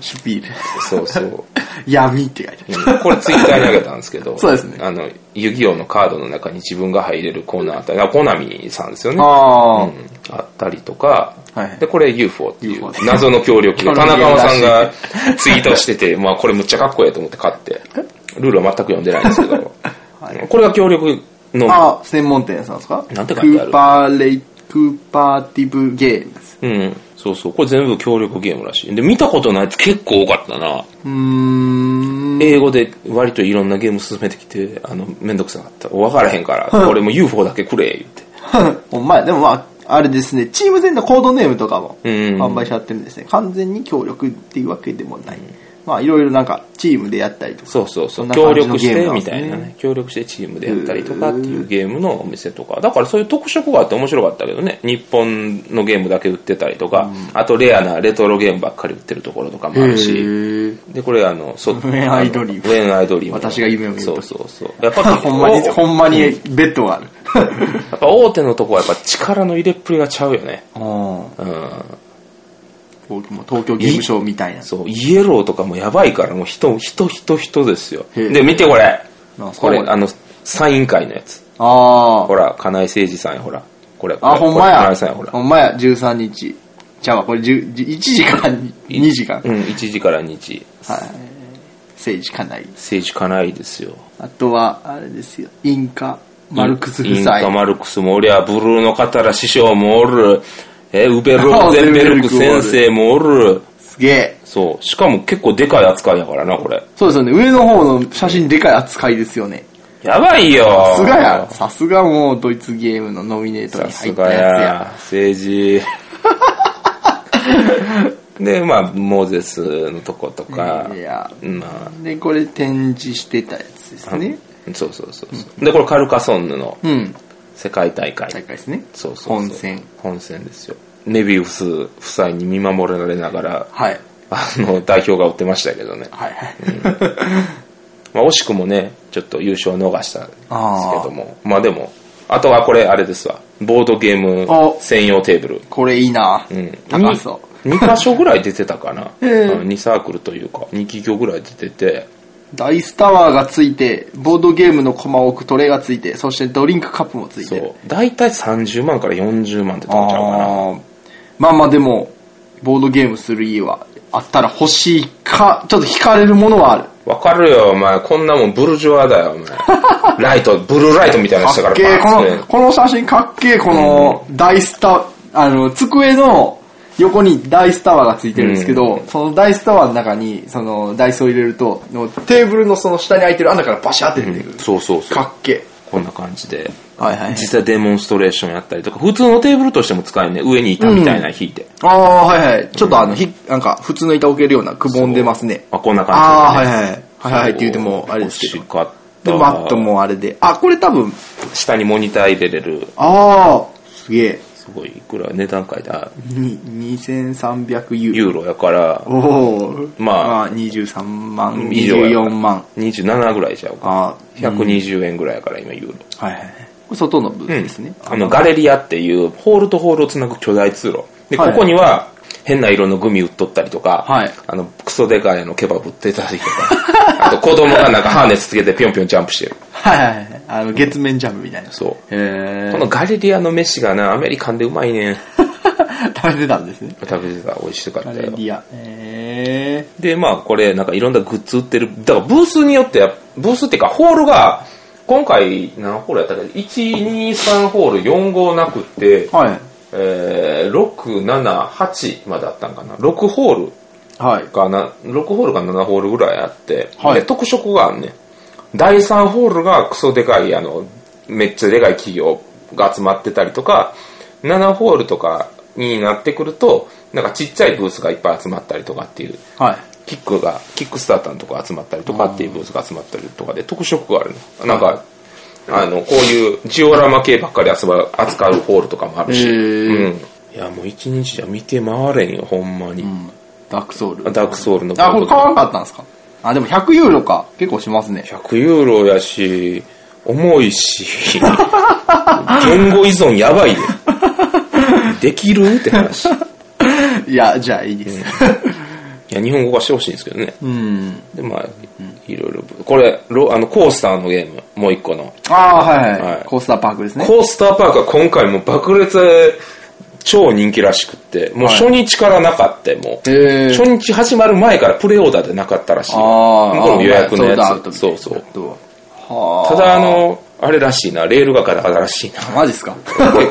S1: シュピール。
S2: そうそう。
S1: 闇って書いてある。
S2: うんこれツイッターにあげたんですけど、
S1: そうですね
S2: あの、遊戯王のカードの中に自分が入れるコーナーあったり、あコナミさんですよね。
S1: あ
S2: う
S1: ー
S2: んあったりとか、
S1: はい
S2: で、これ UFO っていう
S1: UFO
S2: 謎の協力で、
S1: 協
S2: 田
S1: 力
S2: 中間さん
S1: ら
S2: がツイートしてて、 まあこれむっちゃかっこええと思って買って、ルールは全く読んでないんです けど、うんこれが協力の、
S1: あ、専門店さんですか
S2: なんて書いてあ
S1: クー
S2: る
S1: パーレイ、クーパーティブゲームです。
S2: うん、そうそう、これ全部協力ゲームらしい。で、見たことないやつ結構多かったな。
S1: うーん。
S2: 英語で割といろんなゲーム進めてきて、あの、めんどくさかった。分からへんから、俺も UFO だけくれ、言って。
S1: お前、でもまあ、あれですね、チーム全体のコードネームとかも
S2: うん
S1: 販売しちゃってるんですね。完全に協力っていうわけでもない。まあ、いろいろなんか、チームでやったりとか。
S2: そうそうそ
S1: そ。
S2: うん
S1: な
S2: 協
S1: 感じの
S2: 力し
S1: ゲー
S2: て、
S1: ムなん
S2: み
S1: です
S2: た
S1: ね
S2: いなね。協力してチームでやったりとかっていうゲームのお店とか。だからそういう特色があって面白かったけどね。日本のゲームだけ売ってたりとか、あとレアなレトロゲームばっかり売ってるところとかもあるし。
S1: し。
S2: で、これあの、そう。
S1: When I Dream
S2: ウェンアイドリーム。
S1: 私が夢を見る
S2: そうそうそう。やっぱ
S1: ほんまに、
S2: お
S1: ほんまにベッドがある。
S2: やっぱ大手のとこはやっぱ力の入れっぷりがちゃうよね。
S1: うん
S2: うん。
S1: 僕も東京ゲームショウみたいな。
S2: そう、イエローとかもやばいから、もう人、人、人、人ですよ。
S1: へえ
S2: で、見てこれ
S1: なん。すか
S2: これ
S1: こ、れ
S2: あの、サイン会のやつ。
S1: あ
S2: ほら、金井誠二さんや、ほら。これ、これ
S1: あ。あ、ほんま
S2: これ金
S1: や
S2: 井さんや、。ほら
S1: ほ。んまや、13日。じゃあまあ、これ10 1時から2時間。
S2: う
S1: はい。
S2: ん、1時から2時。
S1: 政治かなり。
S2: 政治金井ですよ。
S1: あとは、あれですよ、インカ、マルクス夫妻
S2: インカ。マルクスもおりゃ、ブルーのカタラ師匠もおる、え、ウベ ル
S1: あ
S2: クゼンベル
S1: ウベル
S2: ク
S1: ク
S2: 先生もおる。
S1: すげえ。
S2: そう。しかも結構でかい扱いやからな、これ。
S1: そうですよね、上の方の写真でかい扱いですよね。
S2: やばいよ
S1: さすがや。さすがもうドイツゲームのノミネート
S2: さ
S1: に入
S2: す
S1: った
S2: が
S1: やつや。
S2: や、政治。で、まあ、モーゼスのとことか、
S1: いや
S2: ま
S1: で、これ展示してたやつです
S2: あ、
S1: ね。
S2: そうそうそうそう。で、これカルカソンヌの
S1: うん。
S2: 世界大会。
S1: 大会ですね。
S2: そうそうそう
S1: 本戦。
S2: 本戦ですよ。ネビウス夫妻に見守られながら、
S1: はい。
S2: あの、代表が追ってましたけどね。
S1: はいはい。
S2: まあ、惜しくもね、ちょっと優勝を逃したんですけども。まあでも、あとはこれ、あれですわ。ボードゲーム
S1: お
S2: 専用テーブル。
S1: これいいな。
S2: うん、
S1: 高そう。
S2: 2箇所ぐらい出てたかな、
S1: ええ
S2: うん2サークルというか2企業ぐらい出てて
S1: ダイスタワーがついて、ボードゲームのコマを置くトレイがついて、そしてドリンクカップもつい
S2: そ
S1: てる。
S2: う大体30万から40万って飛んちゃうかな
S1: あーまあまあでも、ボードゲームする家は、あったら欲しいか、ちょっと惹かれるものはある。
S2: わかるよお前こんなもんブルジョワだよ お前ライトブルーライトみたいなのした
S1: か
S2: か
S1: っ
S2: ら
S1: けえ、こ
S2: バーンっつっ
S1: の、この写真かっけえ、この、ダイスタ、あの、机の、横にダイスタワーがついてるんですけど、そのダイスタワーの中に、そのダイスを入れると、のテーブルのその下に空いてる穴からバシャって出てくる。
S2: そうそうそ
S1: か
S2: う。
S1: っけ
S2: こんな感じ
S1: え。
S2: で。
S1: はいはい
S2: 実際デモンストレーションやったりとか、普通のテーブルとしても使えんね。上に板みたいなの引いて。
S1: ああ、はいはい。ちょっとあの、ひ、なんか、普通の板置けるようなくぼんでますね。
S2: まあ、こんな感じで、ね。
S1: ああ、はいはい。はいはいって言うても、あれですけ
S2: 欲
S1: ど
S2: し。かった
S1: で、マットもあれで。あ、これ多分、
S2: 下にモニター入れれる。
S1: ああ、すげえ。
S2: すごい、いくら値段書いてある
S1: に2300ユーロ。
S2: ユーロやから、
S1: おお。
S2: まあ
S1: あ、23万、
S2: 以上やか
S1: 24
S2: ら
S1: 万。
S2: 27ぐらいちゃうか。
S1: あーうん
S2: 120円ぐらいやから、今、ユーロ。
S1: はいはいはい。これ外の部分ですね。
S2: あの、ガレリアっていう、ホールとホールをつなぐ巨大通路。で、
S1: はい
S2: ここには、変な色のグミ売っとったりとか、
S1: はい
S2: あの、クソデカいあのケバブ売ってたりとか、あ と子供がなんかハーネスつけてぴょんぴょんジャンプしてる。
S1: はいはいはい。あの、月面ジャムみたいな。
S2: そう。
S1: へ
S2: このガレリアの飯がな、アメリカンでうまいねん。
S1: ー食べてたんですね。
S2: 食べてた、美味しかった
S1: ガレ
S2: よ。
S1: リア。へ
S2: で、まあ、これ、なんかいろんなグッズ売ってる。だから、ブースによっては、ブースっていうか、ホールが、今回何ホールやったっけ ?1、2、3ホール、4号なくって
S1: ー。、はい。
S2: えー、6、7、8まであったんかな。6ホール
S1: はい。
S2: かな、6ホールか7ホールぐらいあって、
S1: はい
S2: で特色があんねん。第3ホールがクソでかい、あの、めっちゃでかい企業が集まってたりとか、7ホールとかになってくると、なんかちっちゃいブースがいっぱい集まったりとかっていう。
S1: はい。
S2: キックが、キックスターターのとこ集まったりとかっていうブースが集まったりとかで特色があるの。なんか、あの、こういうジオラマ系ばっかり扱う扱うホールとかもあるし。
S1: へ
S2: う
S1: ー
S2: ん。いや、もう一日じゃ見て回れんよ、ほんまに。
S1: ダークソウル。
S2: ダークソウルの
S1: あ、これ買わ
S2: 1
S1: なかったんですかあ、でも100ユーロか。結構しますね。
S2: 0ユーロやし、重 いし、言語依存やばいで。できるって話。い
S1: いや、じゃあいいです。
S2: や、日本語化してほしいんですけどね。
S1: うん。
S2: で、まあ、いろいろ。これ、ロあの、コースターのゲーム、もう一個の。
S1: ああー、はいはい。
S2: はい
S1: コースターパークですね。
S2: コースターパークは今回もう爆裂で超人気らしくって、もう初日からなかった、もう。
S1: へ
S2: 初日始まる前からプレオーダーでなかったらしいよ。
S1: あー
S2: この予約の
S1: あーソー
S2: や
S1: ルドアウトみ
S2: つ。
S1: たい
S2: そ
S1: な
S2: うそう。
S1: は
S2: ただあの、あれらしいな、レールがガタガタらしい な。
S1: あ。マジっすか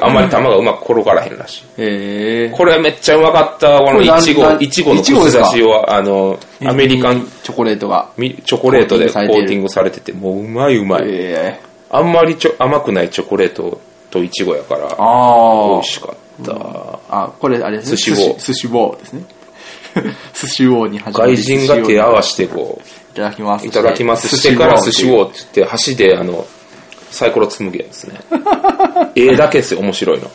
S2: あんまり球がうまく転がらへんらしい。
S1: へえ。
S2: これめっちゃうまかった、こ
S1: こ
S2: の
S1: れ
S2: い
S1: なん
S2: ちご
S1: な、ん
S2: いちごの
S1: いちごで
S2: 串
S1: す
S2: 刺
S1: か
S2: しを、あの、アメリカン
S1: チョコレートが。
S2: ミチョコレートで
S1: コ
S2: コ
S1: ー
S2: ー
S1: ティングされてる
S2: ティングされてて、もううまいうまい。
S1: ええ。
S2: あんまりちょ甘くないチョコレートといちごやから、美
S1: ああ
S2: 味。しかった。
S1: あ、これあれですね。
S2: 寿司棒
S1: 寿司棒ですね。 寿司王に始まり
S2: 外人が手合わせてこ
S1: いただきます。
S2: う、いただきますしてから寿司をって言って、箸であの、サイコロ積むゲームですね。 絵だけですよ、面白いの。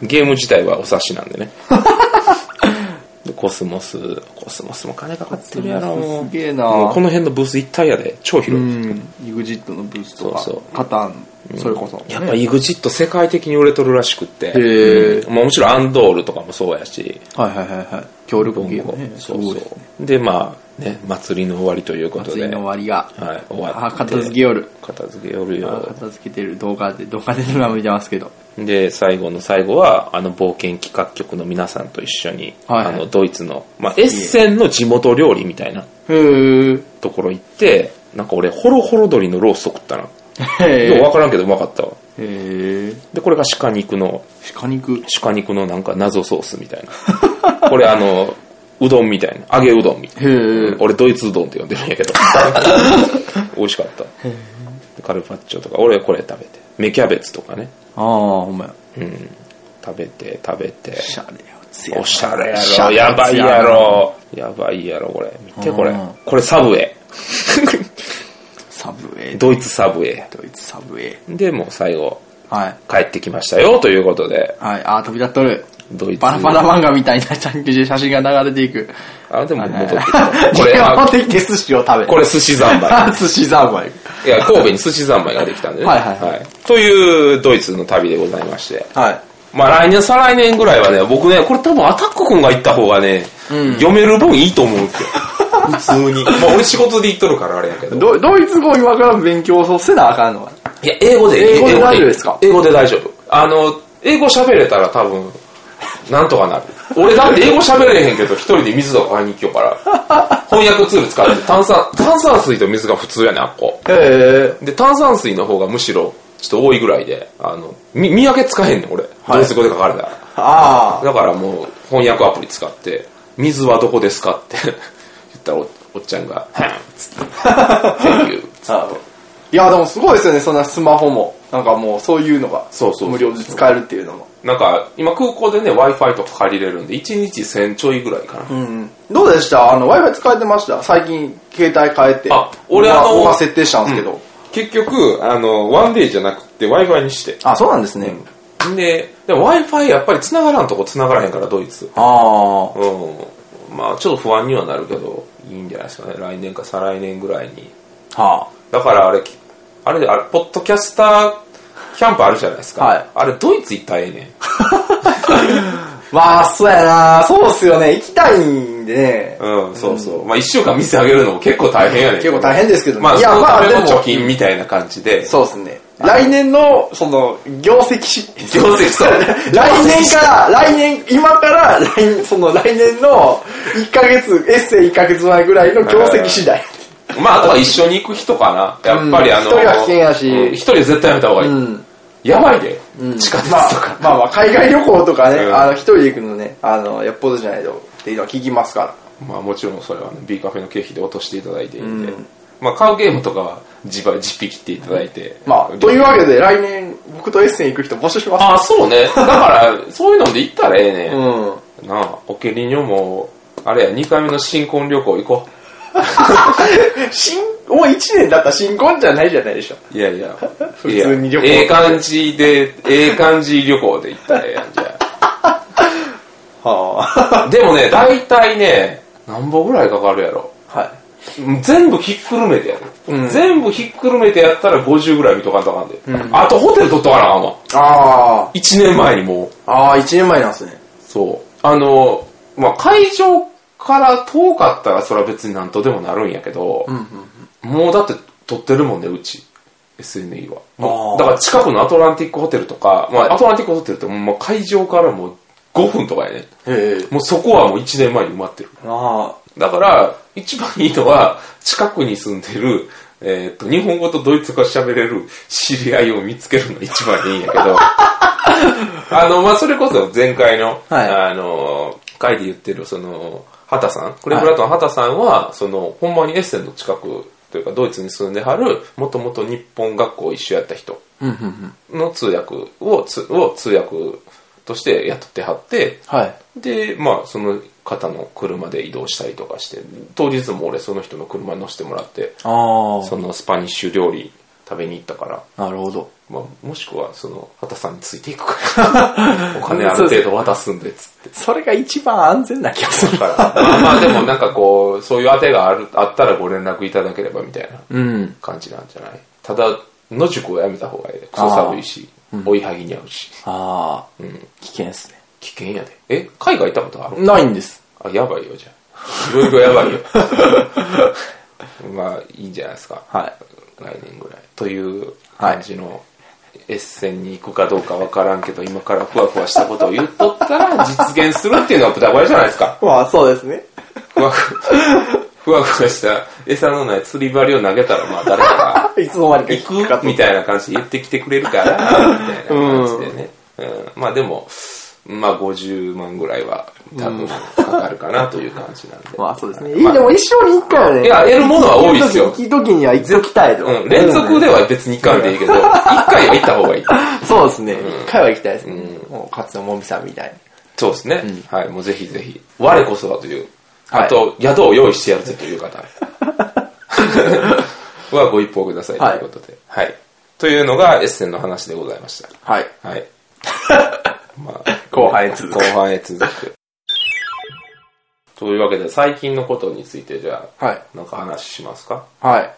S2: ゲーム自体はお察しなん でね。でコスモス、コスモスも金かかってるやろ、もう。
S1: すげえな
S2: もうこの辺のブース一体やで、超広
S1: う
S2: い。
S1: ん。EXIT のブースと
S2: そうそう
S1: か、カタン、それこそ。
S2: やっぱ EXIT 世界的に売れとるらしくって。
S1: へ
S2: うんまあもちろんアンドールとかもそうやし。
S1: はいはいはいはい。協力ゲームね。
S2: そう
S1: すごいです
S2: そ
S1: ね
S2: う。で、まあ、ね、祭りの終わりということ
S1: 祭
S2: で。
S1: りの終わりが。
S2: はい、終わって。
S1: あ、片付けよる。
S2: 片付けよる
S1: あ
S2: よ。
S1: 片付けてる動画で、動画で今見てますけど。
S2: で、最後の最後は、あの、冒険企画局の皆さんと一緒に、
S1: はい
S2: あの、ドイツの、まあ、エッセンの地元料理みたいな
S1: へえ。
S2: ところ行って、なんか俺、ホロホロ鳥のロースト食ったな。よう
S1: へ
S2: わからんけどうまかったわ。
S1: え。
S2: で、これが鹿肉の、
S1: 鹿肉。
S2: 鹿肉のなんか謎ソースみたい な。これあの、うどんみたいな。揚げうどんみたいな。
S1: へえ。
S2: 俺ドイツうどんって呼んでるんやけ ど美味しかったカルパッチョとか俺これ食べて芽キャベツとかね
S1: ああ、ほんまや。
S2: うん食べて食べて
S1: おしゃれやつやな
S2: おしゃれや
S1: おしゃ
S2: ろ
S1: れや
S2: やば
S1: つ
S2: い
S1: やな
S2: やろやばいやろこれ見てこれ
S1: うん
S2: これサブウェ
S1: サブウェ
S2: イ
S1: イ。
S2: ドイツサブウェ
S1: ドイツサブウェイ。
S2: イでもう最後
S1: はい。
S2: 帰ってきましたよということで
S1: はい。あー、飛び立っとる。
S2: ドイツ
S1: バラバラ漫画みたいなチャンクで写真が流れていく。
S2: あでも戻ってきたこ
S1: こ
S2: れ
S1: れ、
S2: あ
S1: 持ってきて寿司を食べる。
S2: これ寿司三昧
S1: あ寿司三昧。
S2: いや神戸に寿司三昧ができたんでね
S1: はいはいはい
S2: というドイツの旅でございまして
S1: はい。
S2: まあ来年、再来年ぐらいはね、僕ね、これ多分アタック君が行った方がね、読める分いいと思うん ですよ。普通に。まあ俺仕事で行っとるからあれやけど。
S1: ドドイツ語今から勉強そうせなあかんのは。
S2: いや、英語で
S1: 英語で大丈夫ですか
S2: 英語で大丈夫。あの、英語喋れたら多分、なんとかなる。俺だって英語喋れへんけど、一人で水とか買いに行きようから。翻訳ツール使って、炭酸、炭酸水と水が普通やねん、あっこ。
S1: へえ。
S2: で、炭酸水の方がむしろ、ちょっと多いぐらいで、あの、み見分けつかへんねん、俺。ドイツ語で書かれたら。
S1: あ
S2: だからもう翻訳アプリ使って「水はどこですか?」って言ったらおおっちゃんが「はい」つって 「Thank you つって
S1: あ。いや、でもすごいですよね、そんなスマホも。なんかもうそういうのが、
S2: そうそうそう
S1: 無料で使えるっていうのも。
S2: なんか今空港でね w i f i とか借りれるんで1日1000ちょいぐらいかな、
S1: うん。どうでしたあの、Wi-Fi 使えてました最近、携帯変えて。
S2: あ俺あの
S1: 僕が僕が設定したんですけど。
S2: 結局あのワンデーじゃなくて w i f i にして
S1: あ、そうなんですね。
S2: ででも w i f i やっぱり繋がらんとこ繋がらへんからドイツ
S1: ああ。
S2: うんまあちょっと不安にはなるけどいいんじゃないですかね来年か再来年ぐらいに
S1: は
S2: だからあれきあれであれポッドキャスターキャンプあるじゃないですか、
S1: はい
S2: あれドイツ行ったらええねん
S1: あ。まあ、そうやなそうっすよね。行きたいんでね。
S2: うん、そうそう。まあ、一週間店あげるのも結構大変やねんけ
S1: 結
S2: ど。
S1: 構大変ですけどね。
S2: まあ、
S1: いや、まあ、
S2: そ
S1: で
S2: の
S1: も
S2: ための貯金みたいな感じで。
S1: そうですね。来年の、その、業績し、
S2: 業績そう
S1: 来年から、来年、今から、来年、その来年の1ヶ月、エッセイ1ヶ月前ぐらいの業績次第。
S2: まあ、あとは一緒に行く人かな。やっぱりあの、
S1: うん一人は危険やし
S2: うん一人絶対やめた方がいい。
S1: うん。
S2: やばいで、地下鉄と
S1: ま
S2: か
S1: あ。、まあまあ、海外旅行とかね、
S2: うん
S1: あの、一人で行くのね、あの、よっぽどじゃないと、っていうのは聞きますから。
S2: まあ、もちろんそれはね、B カフェの経費で落としていただいていいんで。まあ、買うゲームとかは自腹実費切っていただいて。
S1: まあ、というわけで、来年、僕とエッセイ行く人募集します。
S2: ああ、そ うね。だから、そういうので行ったらええねん
S1: う。ん。
S2: なあ、オケリニョも、あれや、2回目の新婚旅行行こ
S1: 新、もう1年だったら新婚じゃないじゃないでしょ。
S2: う。いやいや。
S1: 普通に旅行
S2: いやええ感じで、ええ感じ旅行で行ったらええやん、じゃ
S1: は
S2: あ。でもね、大体ね、何本ぐらいかかるやろ。
S1: あ。はい。
S2: 全部ひっくるめてやる。
S1: うん
S2: 全部ひっくるめてやったら50ぐらい見とかんとあかんで。あとホテル取っとかなあかんわ。
S1: あ
S2: 1年前にもう。
S1: あ。ああ、1年前なんですね。
S2: そう。あの、まあ、会場から遠かったらそれは別になんとでもなるんやけど、もうだって撮ってるもんね、うち。SNE は。も
S1: あー
S2: うだから近くのアトランティックホテルとか、まあ、アトランティックホテルってもう会場からもう5分とかやね。
S1: へえ。
S2: もうそこはもう1年前に埋まってる。
S1: あ
S2: だから、一番いいのは、近くに住んでる、えーっと、日本語とドイツ語喋れる知り合いを見つけるのが一番いいんや けど、あの、まあ、それこそ前回の、
S1: はい
S2: あの、回で言ってる、その、畑さん、クレブラトン畑さんは、その、ほんまにエッセンの近く、というか、ドイツに住んではる、もともと日本学校一緒やった人の通訳を、つを通訳として雇ってはって、
S1: あ。はい。
S2: で、まあ、その方の車で移動したりとかして、当日も俺その人の車に乗せてもらって、
S1: あ
S2: そのスパニッシュ料理食べに行ったから、
S1: あ。なるほど。
S2: まあ、もしくはその、畑さんについていく から、お金ある程度渡すんで、つって。
S1: それが一番安全な気がする
S2: だからまあ、まあでもなんかこう、そういう当てがあるあったらご連絡いただければみたいな
S1: うん。
S2: 感じなんじゃないただ、野宿はやめた方がいいで。クソ寒いし、追いはぎに合うし。
S1: ああ。うん。危険ですね。
S2: 危険やで。え海外行ったことある
S1: ないんです。
S2: あ、やばいよ、じゃあ。いろいろやばいよ。まあ、いいんじゃないですか。
S1: は
S2: 来年ぐらい。という感じの、エッセンに行くかどうかわからんけど、今からふわふわしたことを言っとったら、実現するっていうのは豚小屋じゃないですか。
S1: い。まあ、そうですね。
S2: ふわふわ、ふわふわした餌のない釣り針を投げたら、まあ誰かが
S1: いつの間にか
S2: 行
S1: 引っ
S2: く
S1: かかっ
S2: みたいな感じで言ってきてくれる から、みたいな感じでね。うん、まあでも、まあ50万ぐらいは多分かかるかなという感じなんで。
S1: まあ、そうですね。いい、
S2: まあ
S1: でも一生に一回はね。
S2: いや得るものは多いですよ
S1: 行き時には行きたいと。
S2: うん、連続では別に行かんでいいけど、一回は行った方が いい。
S1: そうですね。一回は行きたいですね。もう、かつのもみさんみたいに。
S2: そうですね。はい、もうぜひぜひ。我こそはという。
S1: はい
S2: あと、宿を用意してやるぜとい う方。はご一報くださいということで。はい。というのがエッセンの話でございました。
S1: はい。
S2: はい。まあ、
S1: 後半へ続く
S2: 後半へ続く。というわけで、最近のことについて、じゃあ、
S1: はい
S2: なんか話しますか
S1: はい。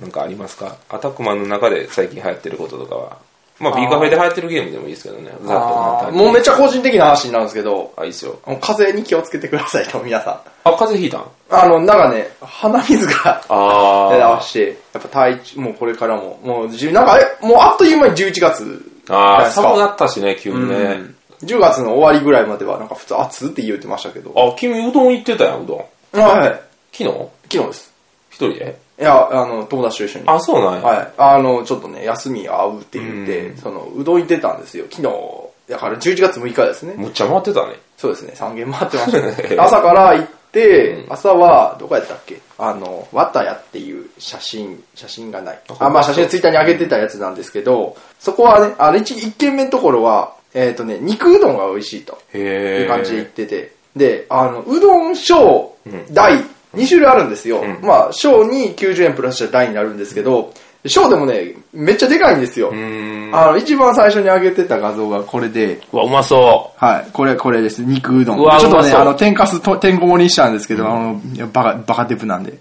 S2: なんかありますかアタックマンの中で最近流行ってることとかは。まあ、B カフェで流行ってるゲームでもいいですけどね。ざっと
S1: あ
S2: 簡
S1: ー
S2: 単に
S1: もうめっちゃ個人的な話になるんですけど、
S2: あ、いいっすよ。
S1: もう風邪に気をつけてくださいと、皆さん。
S2: あ、風邪ひいたん
S1: あの、なんかね、鼻水が
S2: あ
S1: 出だして、やっぱ体調、もうこれからも、もう10、なんかあれ、もうあっという間に11月。
S2: あ
S1: な
S2: あ、
S1: んか
S2: 寒くなったしね、急にね。
S1: うん10月の終わりぐらいまでは、なんか普通暑って言うてましたけど。
S2: あ、君うどん行ってたやん、うどん。
S1: はい。
S2: 昨日
S1: 昨日です。
S2: 一人で
S1: いや、あの、友達と一緒に。
S2: あ、そうなんや。
S1: はい。あの、ちょっとね、休み合うって言って、その、うどん行ってたんですよ。昨日だから11月6日ですね。
S2: むっちゃ回ってたね。
S1: そうですね、3軒回ってました ね。朝から行って、朝は、どこやったっけあの、わたやっていう写真、写真がない。あ、まあ写真ツイッターに上げてたやつなんですけど、そこはね、あの、一一軒目のところは、えっ、とね、肉うどんが美味しいと。って
S2: へ
S1: いう感じで行ってて。で、あの、うどん小、大、2種類あるんですよ。まあ、小に90円プラスしたら大になるんですけど、小でもね、めっちゃでかいんですよ。
S2: ん
S1: あの、一番最初に上げてた画像がこれで、
S2: うわ、うまそ
S1: はい、これ、これです。肉うどん。
S2: うわ
S1: ちょっと
S2: うま
S1: ね、
S2: そう
S1: あの、天かすと、天こ盛りにしたんですけど、あのいや、バカ、バカデブなんで。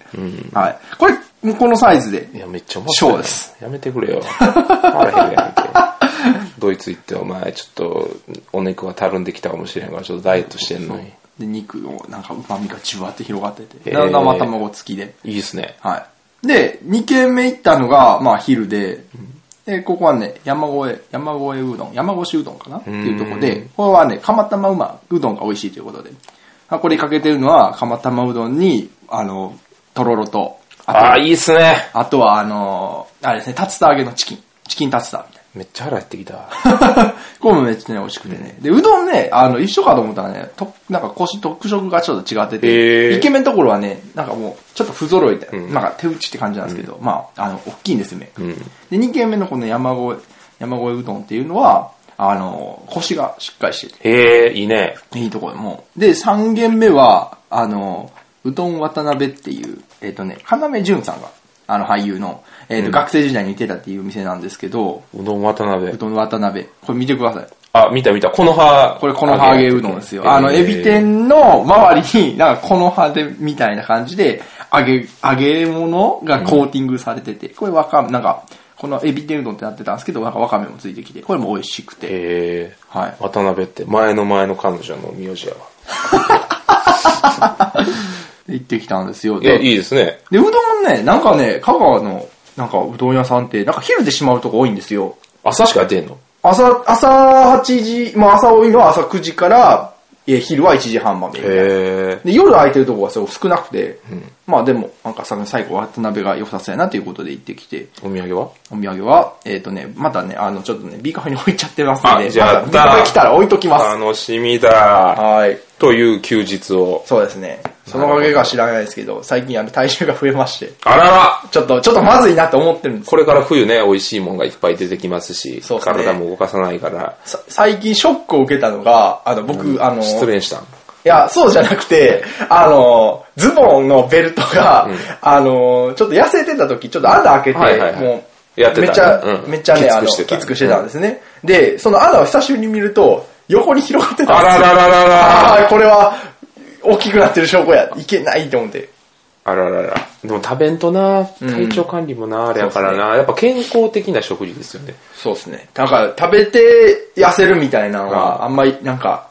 S1: はい。これ、このサイズで
S2: う。い。や、めっちゃうまそうや
S1: そう
S2: な。
S1: です
S2: やめてくれよ。腹減るやんけドイツ行って、お前、ちょっと、お肉がたるんできたかもしれんから、ちょっとダイエットしてんのに。
S1: で、肉の、なんか、旨味がじゅわって広がってて。
S2: へー
S1: 生卵付きで。
S2: いいっすね。
S1: はい。で、2軒目行ったのが、まあ、昼で、で、ここはね、山越え、山越えうどん、山越しうどんかなっていうところで、これはね、釜玉うまうどんが美味しいということで、あこれかけてるのは、釜玉うどんに、あの、とろろと、あと
S2: ああ、いいっすね。
S1: あとは、あのーあれですね、竜田揚げのチキン。チキン竜田みたい
S2: めっちゃ腹減ってきた。
S1: な。 これもめっちゃね、美味しくてね。で、うどんね、あの、一緒かと思ったらね、と、なんか腰特色がちょっと違って
S2: へ
S1: て、
S2: ー
S1: イケメンのところはね、なんかもう、ちょっと不揃いで、なんか手打ちって感じなんですけど、まあ、あの、大きいんですよね。で、2軒目のこの山越え、山越えうどんっていうのは、あの、腰がしっかりしてて、
S2: へえ、いいね。
S1: いいところでもう。で、3軒目は、あの、うどん渡辺っていう、えっ、とね、要潤さんが、あの俳優の、えっ、と、学生時代に行ってたっていう店なんですけど、
S2: うどん渡
S1: う
S2: 辺。
S1: どん渡辺。これ見てください。
S2: あ、見た見た。この葉。
S1: これ、この葉揚げうどんですよ。あの、エビ
S2: ン。
S1: 天の周りに、なんか、この葉で、みたいな感じで、揚げ、揚げ物がコーティングされてて、これわかめ、なんか、このエビ天うどんってなってたんですけど、なんかわかめもついてきて、これも美味しくて。
S2: へえ。
S1: はい。
S2: 渡辺って、前の前の彼女の名字やわ。
S1: で行ってきたんですよ。
S2: いや、いいですね。
S1: で、うどんね、なんかね、香川の、なんかうどん屋さんって、なんか昼でしまうとこ多いんですよ。
S2: 朝しかやってんの
S1: 朝、朝8時、まあ朝多いのは朝9時から、え昼は1時半まで。
S2: へえ。
S1: で、夜空いてるとこがすごく少なくて、まあでも、なんかさ最後渡辺が良さそうやなということで行ってきて、
S2: お土産は
S1: お土産は、えっ、とね、またね、あの、ちょっとね、ビーカフェに置いちゃってますの
S2: あ
S1: で、
S2: じゃあ
S1: またビーカフェ来たら置いときます。
S2: 楽しみだ。
S1: はい。
S2: という休日を。
S1: そうですね。そのおかげか知らないですけど、最近あの体重が増えまして、
S2: あらら
S1: ちょっと、ちょっとまずいなと思ってるんです
S2: これから冬ね、美味しいもんがいっぱい出てきますし、
S1: そうっすね
S2: 体も動かさないから、
S1: さ最近ショックを受けたのが、あの、僕、あの、
S2: 失
S1: い
S2: 恋したん。
S1: や、そうじゃなくて、あの、ズボンのベルトが、あの、ちょっと痩せてた時、ちょっと穴開けて、
S2: はいはいはい
S1: もう、
S2: やってたね
S1: めっちゃ、
S2: うん
S1: めっちゃね、あの、き
S2: きつくしてた
S1: つくしてたんですね。で、その穴を久しぶりに見ると、横に広がってたん
S2: あ
S1: で
S2: ら
S1: すよ。
S2: らららら
S1: あーこれは、大きくなってる証拠や。いけないと思って。
S2: あららら。でも食べんとな、体調管理もな、あれやから
S1: そう
S2: な、やっぱ健康的な食事ですよね。
S1: そうですね。だから、食べて痩せるみたいなのは、あんまり、なんか、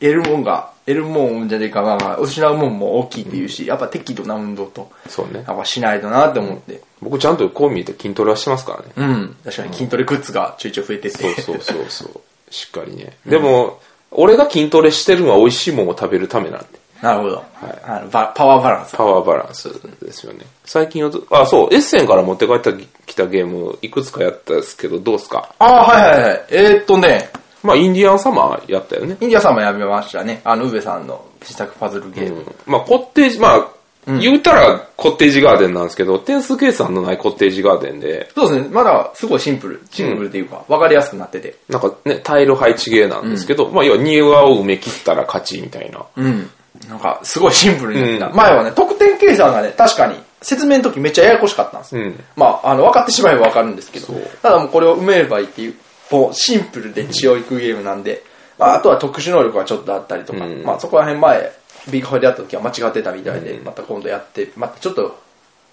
S1: 得るもんが、得るもんじゃねえかな、まあ失うもんも大きいっていうし、やっぱ適度な運動と、
S2: そうね
S1: や。っぱしないとなって思って。
S2: 僕ちゃんとこう見えて筋トレはしてますからね。
S1: うん。確かに筋トレグッズがちょいちょい増えてて。
S2: そうそうそうそう。しっかりね。でも、俺が筋トレしてるのは美味しいもんを食べるためなんで。
S1: なるほど。あのばパワーバランス。
S2: パワーバランスですよね。最近はず、あ、そう、エッセンから持って帰ってきたゲーム、いくつかやったですけど、どうっすか
S1: ああ、はいはいはい。えー、っとね、
S2: まあ、インディアンサマーやったよね。
S1: インディアさんもやめましたね。あの、ウベさんの自作パズルゲーム。
S2: まあ、コッテージ、まあ、言うたらコッテージガーデンなんですけど、点数計算のないコッテージガーデンで、
S1: そうですね。まだ、すごいシンプル。シンプルっていうか、わかりやすくなってて。
S2: なんかね、タイル配置ゲーなんですけど、まあ、要は庭を埋め切ったら勝ちみたいな。
S1: うん。なんか、すごいシンプルになってた。
S2: う
S1: 前はね、得点計算がね、確かに、説明の時めっちゃややこしかったんですよ。
S2: うん
S1: まあ、あの、分かってしまえば分かるんですけど
S2: そう、
S1: ただもうこれを埋めればいいっていう、もうシンプルで血をいくゲームなんで、まあ、あとは特殊能力がちょっとあったりとか、まあ、そこら辺前、ビッグホイでやった時は間違ってたみたいで、また今度やって、またちょっと、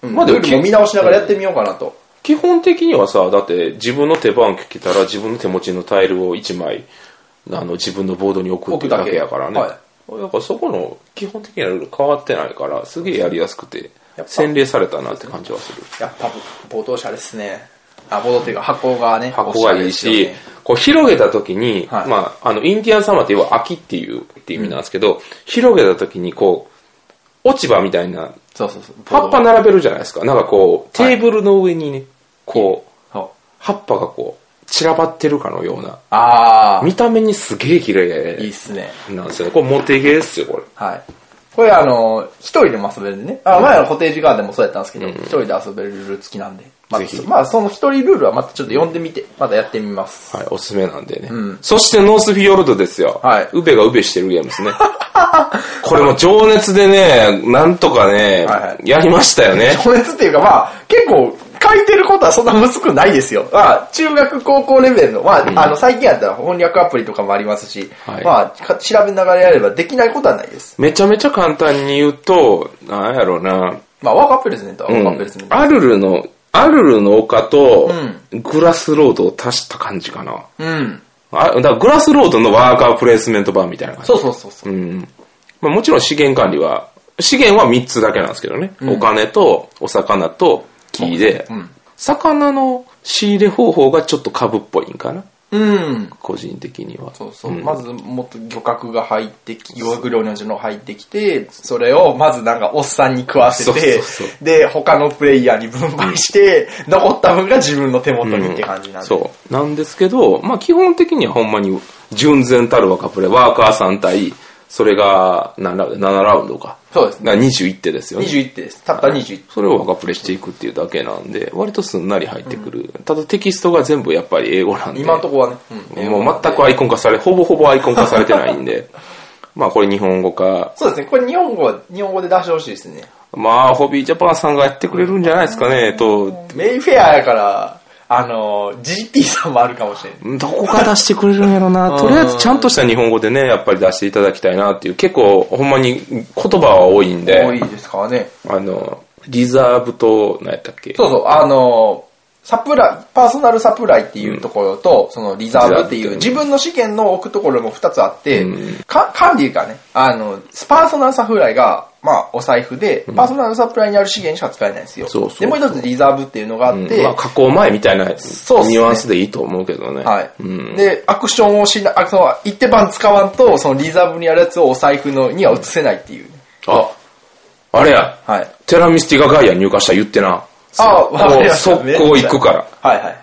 S1: うん、
S2: まあでも
S1: ルールも見直しながらやってみようかなと。
S2: 基本的にはさ、だって自分の手番聞けたら自分の手持ちのタイルを1枚、あの、自分のボードに置くって
S1: 置くだけ
S2: だけやからね。
S1: はい
S2: だからそこの基本的なルール変わってないから、すげえやりやすくて
S1: やっ、ぱ
S2: 洗練されたなって感じはする。
S1: やっぱ、冒頭者ですね。あ、冒頭っていうか、箱がね、
S2: 箱がいい
S1: おしゃれ
S2: し
S1: ですよね、
S2: こう広げた時に、
S1: はい
S2: まあ、あの、インディアンサマーって要は秋っていう、っていう意味なんですけど、広げた時にこう、落ち葉みたいな、
S1: そうそうそう。
S2: 葉っぱ並べるじゃないですか。なんかこう、テーブルの上にね、こう、
S1: そう
S2: 葉っぱがこう、散らばってるかのような。
S1: あ
S2: 見た目にすげえ綺
S1: あ、いいっ
S2: 麗
S1: すね。
S2: なんですよね。これモテゲーですよ、これ。
S1: はい。これあの、一人でも遊べるんでね。あ、前のコテージガーデンもそうやったんですけど、一人で遊べるルール付きなんで。まあ
S2: ぜひ
S1: まあその一人ルールはまたちょっと読んでみて、またやってみます。
S2: はい、おすすめなんでね。そしてノースフィヨルドですよ。
S1: はい
S2: ウベがウベしてるゲーム ですね。これも情熱でね、なんとかね、
S1: はいは
S2: やりましたよね。
S1: 情熱っていうかまあ、結構書いてることはそんなむずくないですよ。まあ、中学高校レベルの、まあ、あの、最近やったら翻訳アプリとかもありますし、
S2: はい
S1: まあ、か調べながらやればできないことはないです。
S2: めちゃめちゃ簡単に言うと、なんやろうな、
S1: まあ、ワーカープレゼントはワ
S2: う
S1: ー
S2: ん
S1: カープレゼント。
S2: アルルの、アルルの丘と、グラスロードを足した感じかな。
S1: うん。
S2: あだからグラスロードのワーカープレイスメント版みたいな感じ。
S1: そうそうそうそう。
S2: うんまあ、もちろん資源管理は、資源は3つだけなんですけどね。お金と、お魚と、木で、魚の仕入れ方法がちょっと株っぽいんかな。
S1: うん。
S2: 個人的には。
S1: そうそう。まず、もっと漁獲が入ってき、漁獲量に応じての入ってきて、それをまずなんかおっさんに食わせて、
S2: そうそう
S1: で、他のプレイヤーに分配して、残った分が自分の手元にって感じなんで。
S2: そう。なんですけど、まあ基本的にはほんまに、純然たる若プレイ、ワーカー3対、それが何ラウンド ?7 ラウンドか。
S1: そうですね。
S2: だから21手ですよね。
S1: 21手です。たった21手。
S2: それを若プレイしていくっていうだけなんで、割とすんなり入ってくる。ただテキストが全部やっぱり英語なんで。
S1: 今のところはね。うん
S2: もう全くアイコン化され、ほぼほぼアイコン化されてない んで、まあこれ日本語か、
S1: そうですね。これ日本語は、日本語で出してほしいですね。
S2: まあホビージャパンさんがやってくれるんじゃないですかね、と、
S1: メイフェアやから、あの、GP さんもあるかもしれない。
S2: どこか出してくれるんやろな、とりあえずちゃんとした日本語でね、やっぱり出していただきたいなっていう、結構ほんまに言葉は多いん
S1: 多
S2: で、
S1: いですからね。
S2: あの、リザーブと、何やったっけ
S1: そうそう、あの、サプライ、パーソナルサプライっていうところと、そのリザーブってい
S2: リザーブっていう
S1: う、
S2: ね
S1: 自分の資源の置くところも2つあって、か管理がね、あの、パーソナルサプライが、まあ、お財布で、パーソナルサプライにある資源しか使えないんですよ。
S2: そうそう
S1: で、もう一つリザーブっていうのがあって、
S2: まあ加工前みたいなニ
S1: そうっすね
S2: ュアンスでいいと思うけどね。
S1: はい、
S2: うん
S1: で、アクションをしな、あその、一手番使わんと、そのリザーブにあるやつをお財布のには移せないっていうね、
S2: あ、あれや、
S1: はい。
S2: テラミスティガガイア入荷したら言ってな。
S1: あわかりました
S2: もう速攻行くから。
S1: はいはい。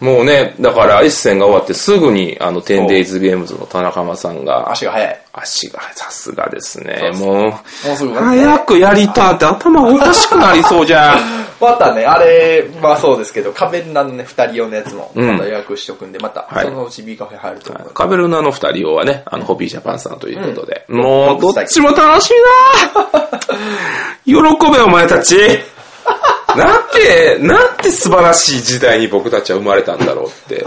S2: もうね、だから、エッセンが終わってすぐに、あの、10days games の田中間さんが、
S1: 足が速い。
S2: 足がさすがですね。
S1: そう
S2: もう、
S1: もうすぐ終わる
S2: 早くやりたって頭おかしくなりそうじゃん。
S1: またね、あれ、まあそうですけど、カベルナのね、二人用のやつも、
S2: ん
S1: また予約しておくんで、また、
S2: はい
S1: そのうち B カフェ入ると思う。
S2: カベルナの二人はね、あの、ホビージャパンさんということで。もう、どっちも楽しいな喜べ、お前た ち。なんて、なんて素晴らしい時代に僕たちは生まれたんだろうって。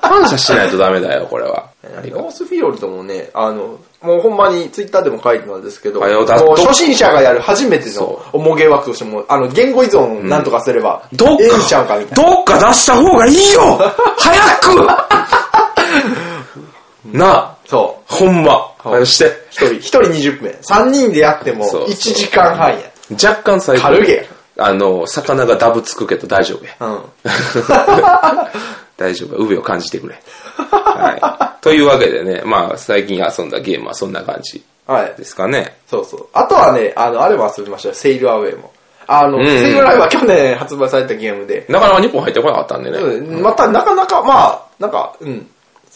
S2: 感謝しないとダメだよ、これは。ありがとう
S1: ノースフィヨルドもね、あの、もうほんまにツイッターでも書いてたんですけど、も
S2: はよ
S1: う
S2: だど
S1: 初心者がやる初めての
S2: そ
S1: おもげ枠としても、あの、言語依存をなんとかすれば、
S2: どっか
S1: ええんちゃうかみたいな。
S2: どっか出した方がいいよ早 くなあ、
S1: そう。
S2: ほんま。
S1: はい
S2: して。
S1: 一人、一人20分。三人でやっても、
S2: そう
S1: 1時間半や。
S2: 若干最後。
S1: 軽げ
S2: あの、魚がダブつくけど大丈夫や。
S1: うん。
S2: 大丈夫。海を感じてくれ。はい。 というわけでね、まあ、最近遊んだゲームはそんな感じ
S1: はい
S2: で。すかね。
S1: そうそう。あとはね、あの、あれも遊びましたよ。セイルアウェイも。あの、
S2: ん
S1: セイルアウェイは去年発売されたゲームで、
S2: なかなか日本入ってこなかったんでね。
S1: うんまたなかなか、まあ、なんか、うん。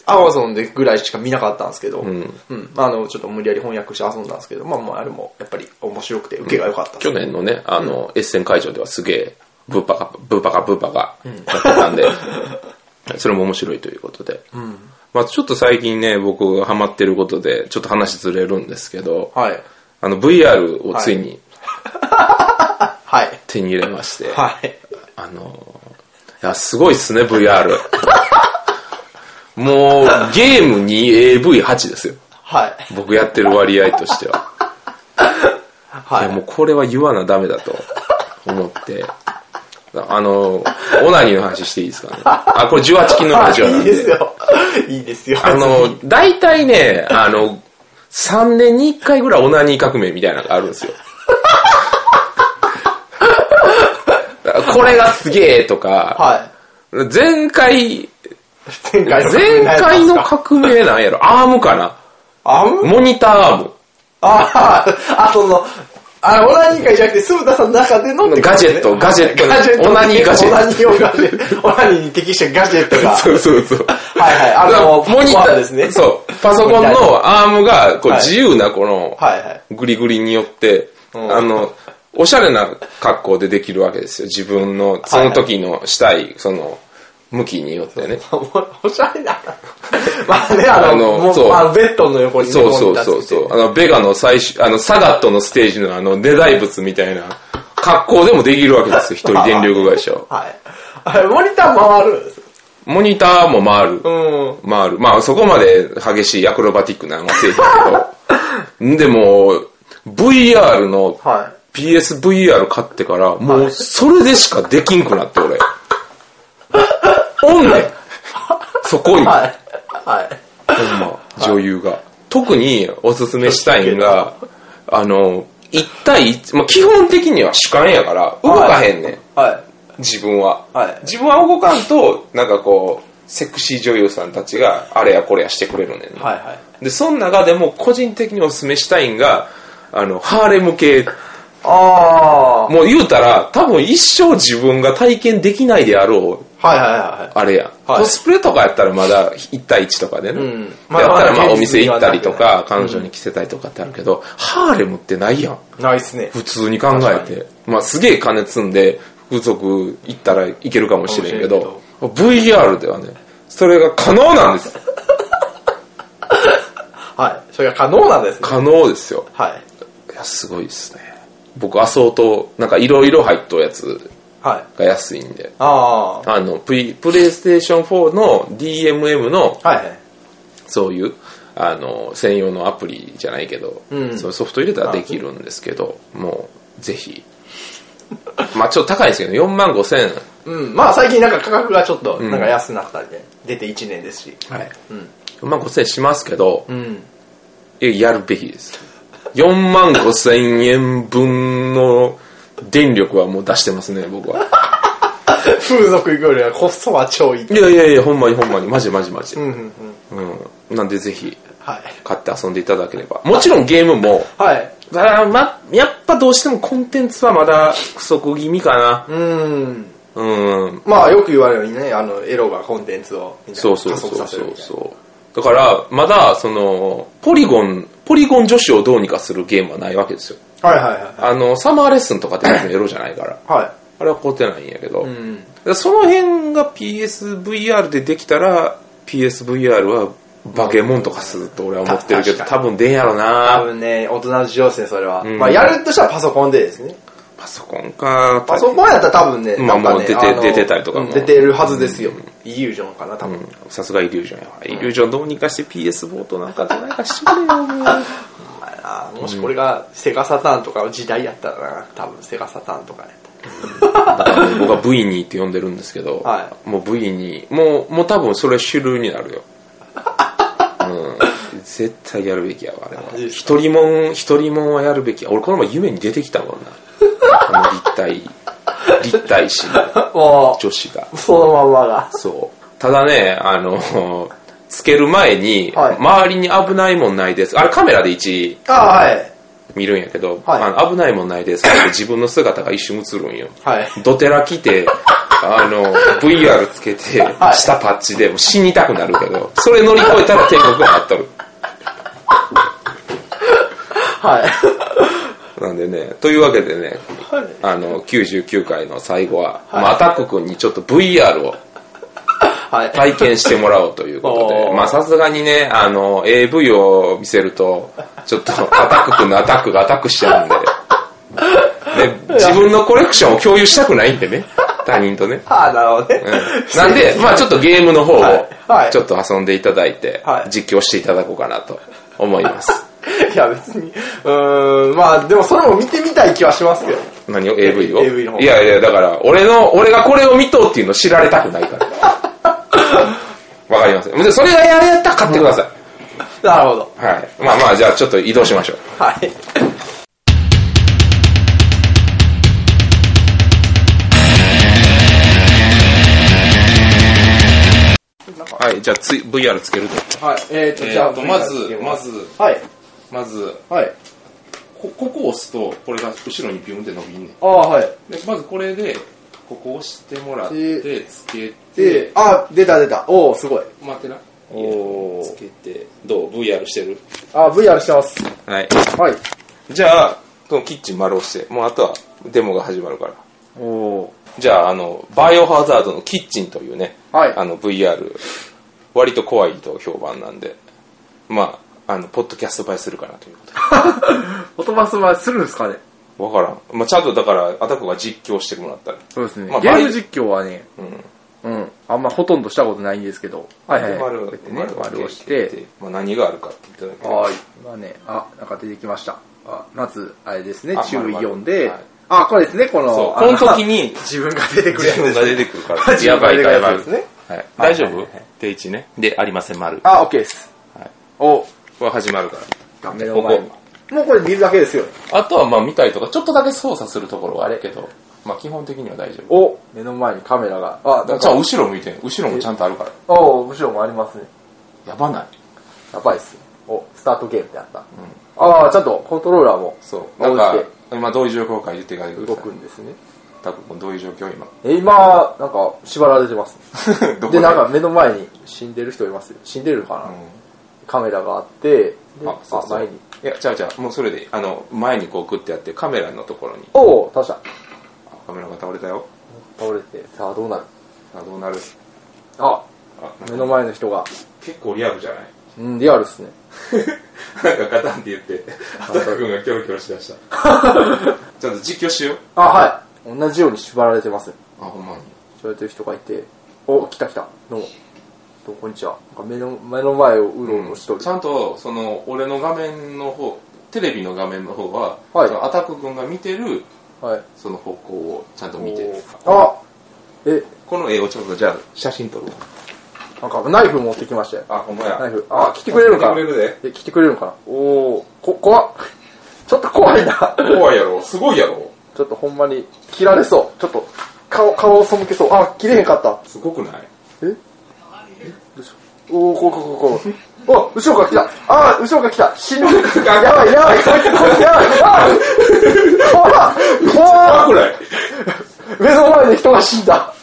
S1: アマゾンでぐらいしか見なかったんですけど、うん。あの、ちょっと無理やり翻訳して遊んだんですけど、まあまあ、あれも、やっぱり面白くて、受けが良かったです、
S2: 去年のね、あの、エッセン会場ではすげえ、ブーパが、ブーパが、ブーパが、やってた んで、それも面白いということで。まあちょっと最近ね、僕がハマってることで、ちょっと話ずれるんですけど、
S1: はい。
S2: あの、VR をついに
S1: はい。
S2: 手に入れまして、
S1: はい。
S2: あの、いや、すごいっすね、VR。もう、ゲームに AV8 ですよ。
S1: はい。
S2: 僕やってる割合としては。
S1: はい
S2: や
S1: い。
S2: もうこれは言わなダメだと思って。あの、オナニーの話していいですかね。あ、これ18禁のラジオ
S1: い
S2: ないん
S1: で
S2: で。
S1: すよ。いいですよ。
S2: あの、大体ね、あの、3年に1回ぐらいオナニー革命みたいなのがあるんですよ。これがすげえとか、
S1: は
S2: 前回、
S1: い。前回の
S2: 前
S1: 何やった
S2: 回の
S1: んですか
S2: 革命なん やろアームかな
S1: あん
S2: モニターアーム。
S1: ああ、あ、その、あれ、オナニー会じゃなくて、鈴田さんの中でのってことね
S2: ガジェットガジェット
S1: ガジェット。
S2: オナニーガジェット
S1: オナニーをガジェット。オナニーに適したガジェットが。
S2: そうそうそう。
S1: はいはい。あの、
S2: モニ
S1: パソコ
S2: ター
S1: ンですね。
S2: そう。パソコン
S1: モニター
S2: のアームが、こう
S1: はい
S2: 自由なこの、
S1: はいはい。
S2: グリグリによって、
S1: ん
S2: あの、おしゃれな格好でできるわけですよ。自分の、その時のしたい、その、向きによってね。
S1: おしゃれだな。まあね、あ
S2: あ
S1: の、
S2: の
S1: もう
S2: そう
S1: あのベッドの横にね
S2: そうそうそう
S1: モニターつけ
S2: そ
S1: て
S2: う。あの、ベガの最終、あの、サガットのステージのあの、出題物みたいな格好でもできるわけですよ。一人電力会社は。
S1: はい。あれ、モニター回るんです。
S2: モニターも回る
S1: う。ん。
S2: 回る。まあ、そこまで激しいアクロバティックなのはせえへんけど。でも、VR の
S1: は
S2: PSVR 買ってから、もうそれでしかできんくなって、俺。おんねん。そこに、
S1: い。はい。はい。
S2: ほんま、女優が。特におすすめしたいんが、あの、1対1、まあ、基本的には主観やから、動かへんねん。
S1: はい。
S2: 自分は、
S1: はい
S2: 自分は動かんとなんかこうセクシー女優さんたちがあれやこれやしてくれるねんな、
S1: はいはい。
S2: でその中でも個人的におすすめしたいんがあのハーレム系
S1: あ
S2: もう言うたら多分一生自分が体験できないであろう
S1: あ。はいはいはいはい。
S2: あれやん、
S1: はい
S2: コスプレとかやったらまだ1対1とかでね、
S1: ん
S2: やったらま
S1: ま
S2: あ
S1: だ
S2: お店行ったりとか彼女に着せたりとかってあるけど、ハーレムってないやん
S1: ないっすね。
S2: 普通に考えて、まあ、すげえ金積んで風俗行ったらいけるかもしれんけど VR ではねそれが可能なんです
S1: はい。それが可能なんですね。
S2: 可能ですよ
S1: はい。
S2: いやすごいですね僕アソートなんかいろいろ入っとうやつ
S1: はい。
S2: が安いんで
S1: あ
S2: あのプリプレイステーション4の DMM の
S1: あ。はいはい。
S2: そういうあの専用のアプリじゃないけど、
S1: うん
S2: そういうソフト入れたらできるんですけどもうぜひまあちょっと高いですけど4万5千円
S1: うん。まあ最近なんか価格がちょっと、なんか安くなったりで、出て1年ですし。
S2: はい。
S1: ん
S2: 4万5千円しますけど、
S1: うん。
S2: えやるべきです。4万5千円分の電力はもう出してますね、僕は。
S1: 風俗行くよりはコストは超いい。
S2: いやいやいや、ほんまにほんまに、マジマジマジ。
S1: う
S2: うん
S1: うんうん。
S2: ん。なんでぜひ、
S1: はい。
S2: 買って遊んでいただければ。もちろんゲームも、
S1: はい。
S2: あーま、やっぱどうしてもコンテンツはまだ不足気味かな。
S1: うん。
S2: うん。
S1: まあよく言われるようにね、あの、エロがコンテンツをみたい
S2: そう
S1: な
S2: そう
S1: 加
S2: そ
S1: 速さ
S2: う
S1: せ
S2: そ
S1: るみ
S2: う
S1: たいな。
S2: そう。だから、まだ、その、ポリゴン、ポリゴン女子をどうにかするゲームはないわけですよ。
S1: はいはいはい。
S2: あの、サマーレッスンとかって別にエロじゃないから。
S1: は
S2: あれは凍ってないんやけ
S1: い。
S2: ど、
S1: うん。
S2: その辺が PSVR でできたら、PSVR はバケモンとかすると俺は思ってるけど、
S1: た
S2: 多分出んやろ
S1: 多
S2: な
S1: 分ね、大人の事情ですね、それは。
S2: ん
S1: まあやるとしたらパソコンでですね。
S2: パソコンか。
S1: パソコンやったら多分ね、
S2: まあ
S1: なんかね
S2: もう出て
S1: の
S2: 出てたりとかも
S1: うん出てるはずですよ。イリュージョンかな、多分。
S2: さすがイリュージョンやわ。イリュージョンどうにかして PS ボートなんかどうにかしてくれよ。もう
S1: あーもしこれがセガサターンとかの時代やったらな、多分セガサターンとかやったら
S2: だから 僕は V2 って呼んでるんですけど、
S1: は
S2: もう V2、もう、もう多分それ主流に なるよ。うん、絶対やるべきやわ、あれは
S1: マジ。です
S2: 一人もん、一人もんはやるべきや。俺この前夢に出てきたもんな。 あの立体、立体師の
S1: も
S2: 女子が。
S1: う、そのまんまが。
S2: そう。ただね、あの、つける前に、
S1: はい
S2: 周りに危ないもんないです。あれカメラで一
S1: ああ、はい。
S2: 見るんやけど、
S1: はい
S2: あの危ないもんないですって自分の姿が一瞬映るんよ。
S1: はい。
S2: ドテラ来て、あの、VR つけて、下パッチでもう死にたくなるけど、それ乗り越えたら天国が待っとる。
S1: はい。
S2: なんでね、というわけでね、あの、99回の最後は、まあアタック君にちょっと VR を
S1: はい。
S2: 体験してもらおうということで、
S1: おー
S2: まあさすがにね、あの、AV を見せると、ちょっとアタック君のアタックがアタックしちゃうんで、で自分のコレクションを共有したくないんでね、他人とね。
S1: ああ、なるほど ね。
S2: なんで、まあちょっとゲームの方を
S1: はいはい
S2: ちょっと遊んでいただいて
S1: は、い
S2: 実況していただこうかなと思います。
S1: いや、別に。うーん、まあ、でもそれも見てみたい気はしますけど。
S2: 何を ?AV を
S1: AV の方
S2: いやいや、だから、俺の、俺がこれを見とうっていうの知られたくない から。わかりますでそれがやったら買ってください。
S1: なるほど。
S2: はい。まあまあ、じゃあちょっと移動しましょう。
S1: はい。
S2: はい、じゃあつい VR つけると。
S1: はい。えーと、じゃあ、
S2: まず、まず、
S1: はい。
S2: まず、
S1: はい。
S2: こここを押すと、これが後ろにビュンって伸びんねん。
S3: ああ、はい。
S2: で、まずこれで、ここ押してもらっ
S3: え
S2: て、つけ
S3: で
S2: て、、
S3: あ、出た出た。おおすごい。
S2: 待ってな。
S3: おー
S2: つけて、どう ?VR してる
S3: あ、VR してます。
S2: はい。
S3: はい。
S2: じゃあ、このキッチン丸押して、もうあとはデモが始まるから。
S3: おお
S2: じゃあ、あの、バイオハザードのキッチンというね、
S3: はい
S2: あの VR、割と怖いと評判なんで、まあ、あの、ポッドキャスト映えするかなということで
S1: 音バスはするんですかね
S2: わからん。まあ、ちゃんとだから、アタックが実況してもらったら。
S1: そうですね。
S2: まあ
S1: ゲーム実況はね、
S2: うん。
S1: うん、あんまほとんどしたことないんですけど、はいはい。こ
S2: 丸
S1: うや
S2: を
S1: ってね、
S2: 丸
S1: 丸
S2: を
S1: を
S2: し
S1: して、
S2: て、まあ、何があるかって言っただけ。
S1: はい。今ね、あ、なんか出てきました。あまず、あれですね
S2: あ、
S1: 注意読ん
S2: まる
S1: で
S2: まるはい、
S1: あ、これですね、この、
S2: そう、
S1: あ
S2: この時に
S3: 自分が出てくるや
S2: 自
S3: つ
S2: 分
S3: です。
S2: が出てくるから。
S3: 自分が出てくるやつですね。
S2: はい。大丈
S1: はい
S2: 夫
S1: はい
S2: 定位置ね。で、ありません、丸。
S1: あ、オッケーです。
S2: はい。
S1: お、
S2: は始まるから。
S1: 画面の前に
S2: こ。
S3: もうこれ見るだけですよ。
S2: あとはまあ見たりとか、ちょっとだけ操作するところはあるけど、まあ基本的には大丈夫。
S1: お、目の前にカメラが、あ、なん
S2: じゃ
S1: か、
S2: あ後ろ向いてん後ろもちゃんとあるから。
S1: お、後ろもありますね。
S2: やばない。
S1: やばいっすね。お、スタートゲームってあった。ああ、ちゃんとコントローラーも、
S2: そう。な
S1: なんん
S2: か
S1: か、
S2: 今どういう状況か言ってください。
S1: 動くんですね。
S2: 多分どういう状況 今。
S1: え、今、なんか、縛られてますね。
S2: どこ
S1: で、なんか目の前に死んでる人いますよ。死んでるかな、
S2: うん
S1: カメラがあって、で
S2: あ、そうそう。
S1: 前に。
S2: いや、ちゃうちゃう。もうそれでいい、あの、前にこうグッてやって、カメラのところに、
S1: おお、他者。
S2: カメラが倒れたよ。
S1: 倒れて、さあどうなる
S2: あどうなる
S1: あ、
S2: あ
S1: 目の前の人が、
S2: 結構リアルじゃない
S1: うん、リアルっすね。
S2: なんかガタンって言って、アタックがキョロキョロしだした。 ちゃんと実況しよう。
S1: あ、はい。同じように縛られてます。
S2: あ、ほんまに。
S1: 縛られてる人がいて、お、来た来た。どうも。どうもこんにちは。なんか目の目の前をうろうろしとる。
S2: ちゃんとその俺の画面の方テレビの画面の方は、
S1: はい
S2: そのアタック君が見てる
S1: はい。
S2: その方向をちゃんと見てる
S1: あ、え、
S2: この絵をちょっとじゃあ写真撮ろう
S1: なんかナイフ持ってきましたよ。
S2: あほんま
S1: ナイ
S2: や
S1: フ。あ、来てくれるんか
S2: 来てくれる
S1: え、来てくれるんかなおお、こ、怖っ。ちょっと怖いな。
S2: で怖いやろすごいやろ
S1: ちょっとほんまに、切られそう。ちょっと、顔、顔を背けそう。あ、切れへんかった。
S2: すごくない
S1: おお、こうこうこうこう。お、後ろから来た。あー、後ろから来た。死ぬ。やばいやばい。こいつこいつやばい。あー、怖っ
S2: あ
S1: 怖
S2: これ
S1: っ目の前で人が死んだ。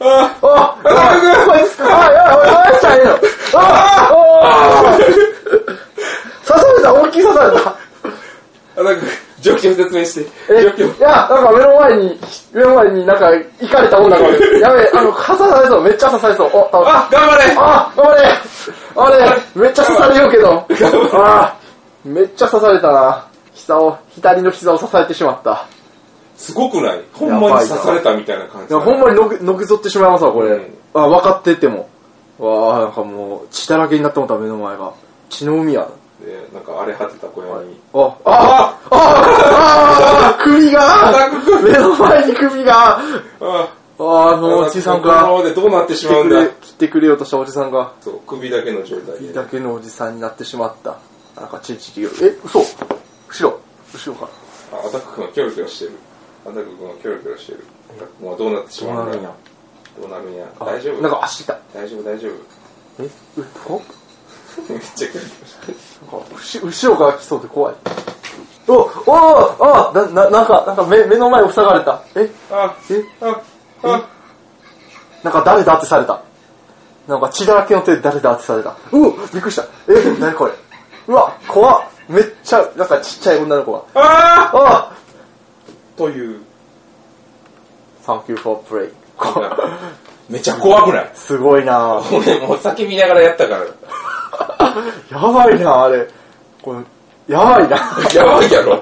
S2: あ
S1: あ、あ、こいつ、あ、やばい、やばい、したらええの。あー、おー。刺された、大きい刺された。
S2: あなんか状況説明して
S1: え、
S2: 状況
S1: いや、なんか目の前に、目の前になんか、行かれた女がおる。やべえ、あの、刺されそう、めっちゃ刺されそう。お、倒れた。
S2: あ頑張れ
S1: あ、頑張れあれめっちゃ刺されようけど。あーめっちゃ刺されたな。膝を、左の膝を刺されてしまった。
S2: すごくないほんまに刺されたみたいな感
S1: い
S2: じ
S1: やほんまにのくのけぞってしまいますわ、これ。
S2: うん
S1: あ、分かってても。わあなんかもう、血だらけになってもった、目の前が。血の海や。
S2: でなんか荒れ果てた小屋に
S1: あ、あ、あ、あ、あ、首が目の前に首が
S2: あ
S1: ああ、
S2: あ
S1: のおじさん
S2: この
S1: が、
S2: ままでどうなって
S1: 切
S2: し
S1: っ
S2: ま
S1: て
S2: うん
S1: く
S2: だ
S1: れ、切ってくれようとしたおじさんが。
S2: そう首だけの状態で
S1: だけのおじさんになってしまった。なんかチンチン切る。え、嘘後ろ後ろから。
S2: あアタック君がキョロキョロしてる。アタック君がキョロキョロしてる。アタック君はどうなってしまうんだ。どうなるんや。
S1: あ
S2: 大丈夫
S1: なんか足来た。
S2: 大丈夫大丈
S1: え、う怖っ
S2: 夫。めっちゃキョロキョロしてる。
S1: なんか後後ろから来そうで怖い。お、おあな、な、なんか、なんか目、目の前を塞がれた。え、
S2: あ、
S1: え、
S2: あ、あ、
S1: なんか誰だってされた。なんか血だらけの手で誰だってされた。うおびっくりした。え、なにこれ。うわ、怖っめっちゃ、なんかちっちゃい女の子が。あ
S2: あという。
S1: !Thank you for playing.
S2: めっちゃ怖くない
S1: すごいなぁ。
S2: 俺もう酒見ながらやったから。
S1: やばいなぁ、あれ。これ、やばいなぁ。
S2: やばいや ろ。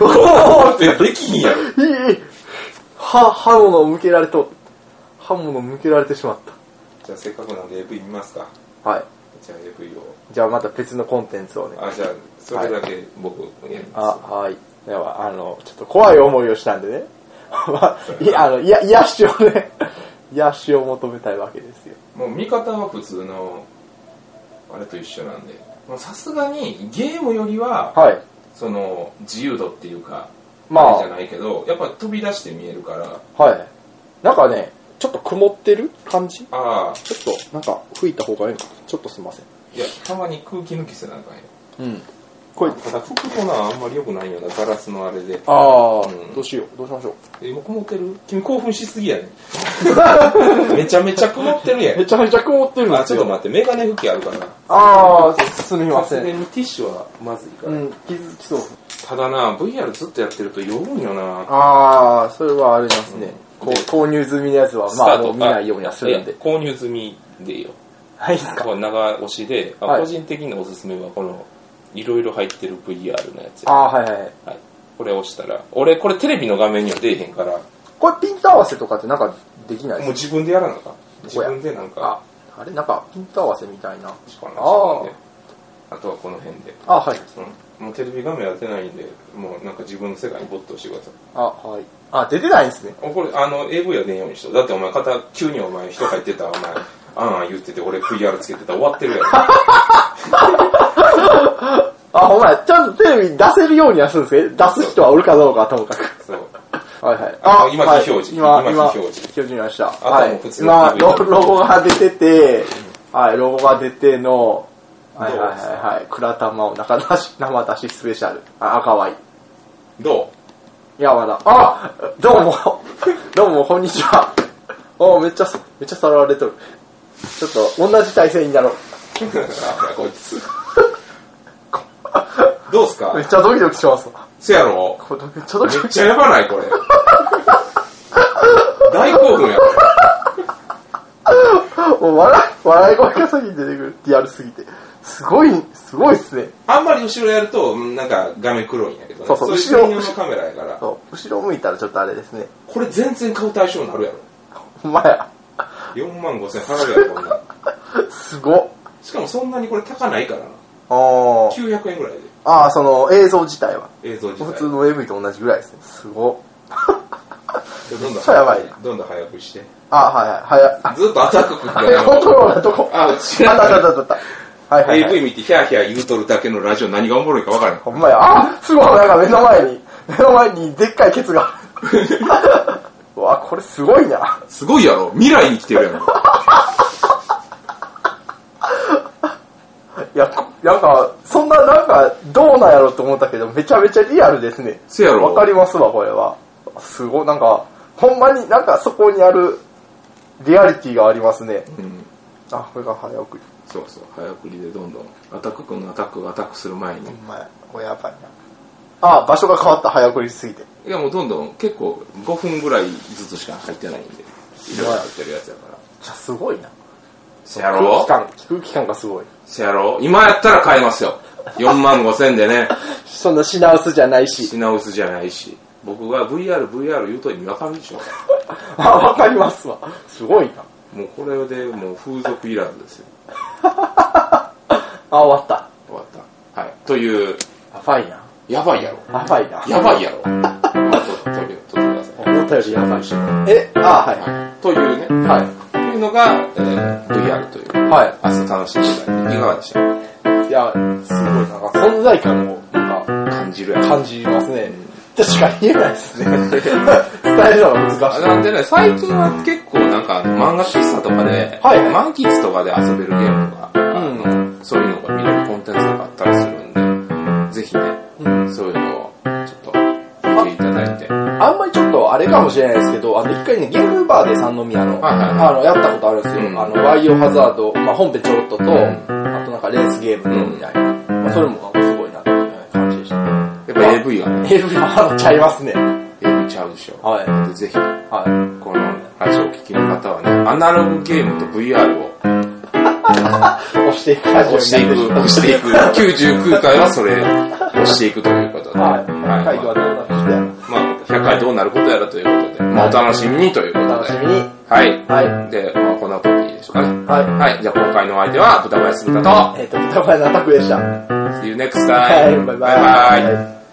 S1: お
S2: 怖
S1: お
S2: ってできひんやろ。
S1: いいは、刃物を向けられと、刃物を向けられてしまっ
S2: じゃあせっかくなんで AV 見ますか。
S1: た。はい。
S2: じゃあ AV を。
S1: じゃあまた別のコンテンツをね。
S2: あ、じゃあそれだけ僕やり
S1: あ、
S2: ます。
S1: はい。では、あの、ちょっと怖い思いをしたんでね。まあ、 いや、あの、いや、癒しをね、 癒しを求めたいわけですよ。
S2: もう見方は普通の、あれと一緒なんで。まあさすがにゲームよりは、
S1: はい。
S2: その自由度っていうか、
S1: まあ
S2: あれじゃないけど、やっぱ飛び出して見えるから、
S1: はい。なんかね、ちょっと曇ってる感じ
S2: ああ、
S1: ちょっと、なんか、吹いた方がいいのかなちょっとすいません。
S2: いや、たまに空気抜きせなあかんよ。
S1: うん。これ、
S2: ただ服もな、あんまり良くないような、ガラスのあれで。
S1: ああ、どうしよう、どうしましょう。
S2: え、もう曇ってる君興奮しすぎやねめちゃめちゃ曇ってるや ん
S1: め。ちゃめちゃ曇ってるん
S2: あ、
S1: で
S2: ち
S1: す
S2: ょっと
S1: よ。
S2: 待って、メガネ拭きあるから。
S1: ああ、すみま
S2: さ
S1: せ
S2: すが
S1: ん。
S2: にティッシュはまずいから。
S1: うん、気づきそう。
S2: ただな、VR ずっとやってると酔うんよな。
S1: ああ、それはありますね。こう購入済みのやつは、まあ、もう見ないようにはするん
S2: い
S1: で
S2: や。購入済みでよ。
S1: はいっすか。
S2: こう長押しで、あ
S1: はい
S2: 個人的なおすすめはこの、いろいろ入ってる VR のやつ。
S1: ああ、はいはい。
S2: はい、これ押したら、俺これテレビの画面には出えへんから、も
S1: これ、ピント合わせとかってなんかできないうですか
S2: 自分でやらなあかん。自
S1: こや
S2: 分でなんか
S1: あ、、あれなんか、ピント合わせみたいな。
S2: しかな
S1: あ
S2: 自分であとはこの辺で。
S1: あはい。
S2: うん、もうテレビ画面当てないんで、もうなんか自分の世界に没頭してください。
S1: あ、はい。あ、出てないんですね。
S2: おこれ、あの、AV は出んようにしと。だってお前、肩、急にお前、人入ってた、お前、あんあん言ってて、俺 VR つけてたら終わってるやろ。
S1: あ、ほんまや、ちゃんとテレビに出せるようにはするんですけど、出す人はおるかどうかはともかく。
S2: そう。
S1: はいはい。
S2: あ今非表示
S1: はい今、今、
S2: 今非表示
S1: 表示になりました。
S2: と
S1: は
S2: もう
S1: い
S2: 普。通の
S1: 今
S2: TV
S1: ロ、ロゴが出てて、はい、ロゴが出ての、はいはいはいはい、倉玉を中出し、 生出しスペシャル。あ、赤ワイン。
S2: ど
S1: いや、まだ。あどうも。 どうも、こんにちは。おめっちゃ、めっちゃさらわれとる。ちょっと、同じ体勢になろう。
S2: う あこいつ。どうっす
S1: めっ
S2: か
S1: ちゃドキドキしますわ。
S2: せやろ
S1: これめっちゃドキド
S2: めっ
S1: キ。
S2: ちゃやばない、これ。大興奮やこ れ
S1: もう笑い、笑い声が先に出てくる。リアルすぎて。すごい、すごいっすね。
S2: あんまり後ろやると、うんなんか画面黒いんやけどね。
S1: そうそう
S2: れ専
S1: 後
S2: 用
S1: ろ
S2: のカメラやから。
S1: そう、後ろ向いたらちょっとあれですね。
S2: これ全然買う対象になるやろ。
S1: ほんまや。
S2: 4万5千払うやろ、こんなん。
S1: すごっ。
S2: しかもそんなにこれ高ないからな。
S1: あー
S2: 900円ぐらい
S1: あー、その映像自体は。
S2: で、映像自
S1: 普
S2: 体。
S1: 通の AV と同じぐらいですね。すごっ。
S2: どんどん
S1: めっちゃやばいな
S2: どんどん早くして。
S1: あーはいはい。はや、あ
S2: ずっとアタック食って
S1: あコントローラーどこ
S2: あ、知
S1: あ
S2: ら
S1: ったあ
S2: な
S1: ったあ
S2: かっ
S1: ったあった。はい
S2: た。
S1: はい、はい。
S2: AV 見てヒャーヒャー言うとるだけのラジオ何がおもろいかわからん。
S1: ほんまや。あすごいなんか目の前に、目の前にでっかいケツ が。うわ、これすごいな。
S2: すごいやろ未来に来てるや ろ。
S1: いや、こなんか、そんななんか、どうなんやろと思ったけど、めちゃめちゃリアルですね。
S2: せやろ
S1: わかりますわ、これは。すごい、なんか、ほんまになんかそこにある、リアリティがありますね。
S2: うん。
S1: あ、これが早送り。
S2: そうそう。早送りでどんどん。アタック君のアタックがアタックする前に。
S1: まや、これやばいな。あ、場所が変わった、早送りしすぎて。
S2: いやもうどんどん結構5分ぐらいずつしか入ってないんで。いろいろ入ってるやつやから。
S1: じゃ、すごいな。
S2: せや
S1: 空
S2: ろ
S1: 気感、空気感がすごい。
S2: せやろ今やったら買えますよ。4万5千でね。
S1: そんな品薄じゃないし。
S2: 品薄じゃないし。僕が VR、VR 言うと意味わかるでしょ。
S1: あ、わかりますわ。すごいな。
S2: もうこれでもう風俗いらずですよ。
S1: あ、終わっ
S2: 終わった。はい。という、
S1: た。あ、ファイな。
S2: やばいやろ。
S1: あ、ファイな。
S2: やばいやろ。取ってくださ
S1: 思ったよりやばいし。え、あ、はい
S2: い。。はい。というね、
S1: は
S2: というのが、えー VR という。
S1: い。は
S2: 明日楽しみだいかがでしたか
S1: い。いや、すごい、なんか存在感を、なんか、
S2: 感じるやろ。
S1: 感じますね。としか言えないですね。 伝えるのが難
S2: あ
S1: しい。
S2: なんでね、最近は結構なんか漫画喫茶とかで、
S1: はい
S2: 満喫とかで遊べるゲームとか、あのそういうのが見れるコンテンツとかあったりするんで、ぜひね、そういうのをちょっと見ていただいて。
S1: あんまりちょっとあれかもしれないですけど、あの一回ね、ゲームバーで三宮の、
S2: はいはいはい
S1: あの、やったことあるんですよ。
S2: うん
S1: あの、ワイオハザード、まあ本編ちょろっとと、
S2: ん
S1: あとなんかレースゲームみたいな。まあそれもなんかすごいなっていう感じでした。
S2: やっぱ AV はね、
S1: ヘルはちゃいますね。
S2: AV ちゃうでしょ。
S1: はい。
S2: でぜひ、
S1: は
S2: このラジオを聴きの方はね、アナログゲームと VR を
S1: い。押していく感じ
S2: 押していく、押していく。99 回はそれ、押していくということで。
S1: はい。
S2: ま
S1: 回答はどうなってきた
S2: あまあ、100回どうなることやらということで、まあ、お楽しみにというこ
S1: お
S2: と
S1: 楽しみ
S2: で。
S1: に。
S2: はい。
S1: は
S2: で、まあ、こんなことでいいでしょうかね。
S1: はい
S2: はい。じゃあ、今回のお相手は、豚林すみたと、
S1: えっ、と、歌声のアタックでした。は
S2: See you next time.
S1: い、バイバイ。
S2: バイバイ
S1: はい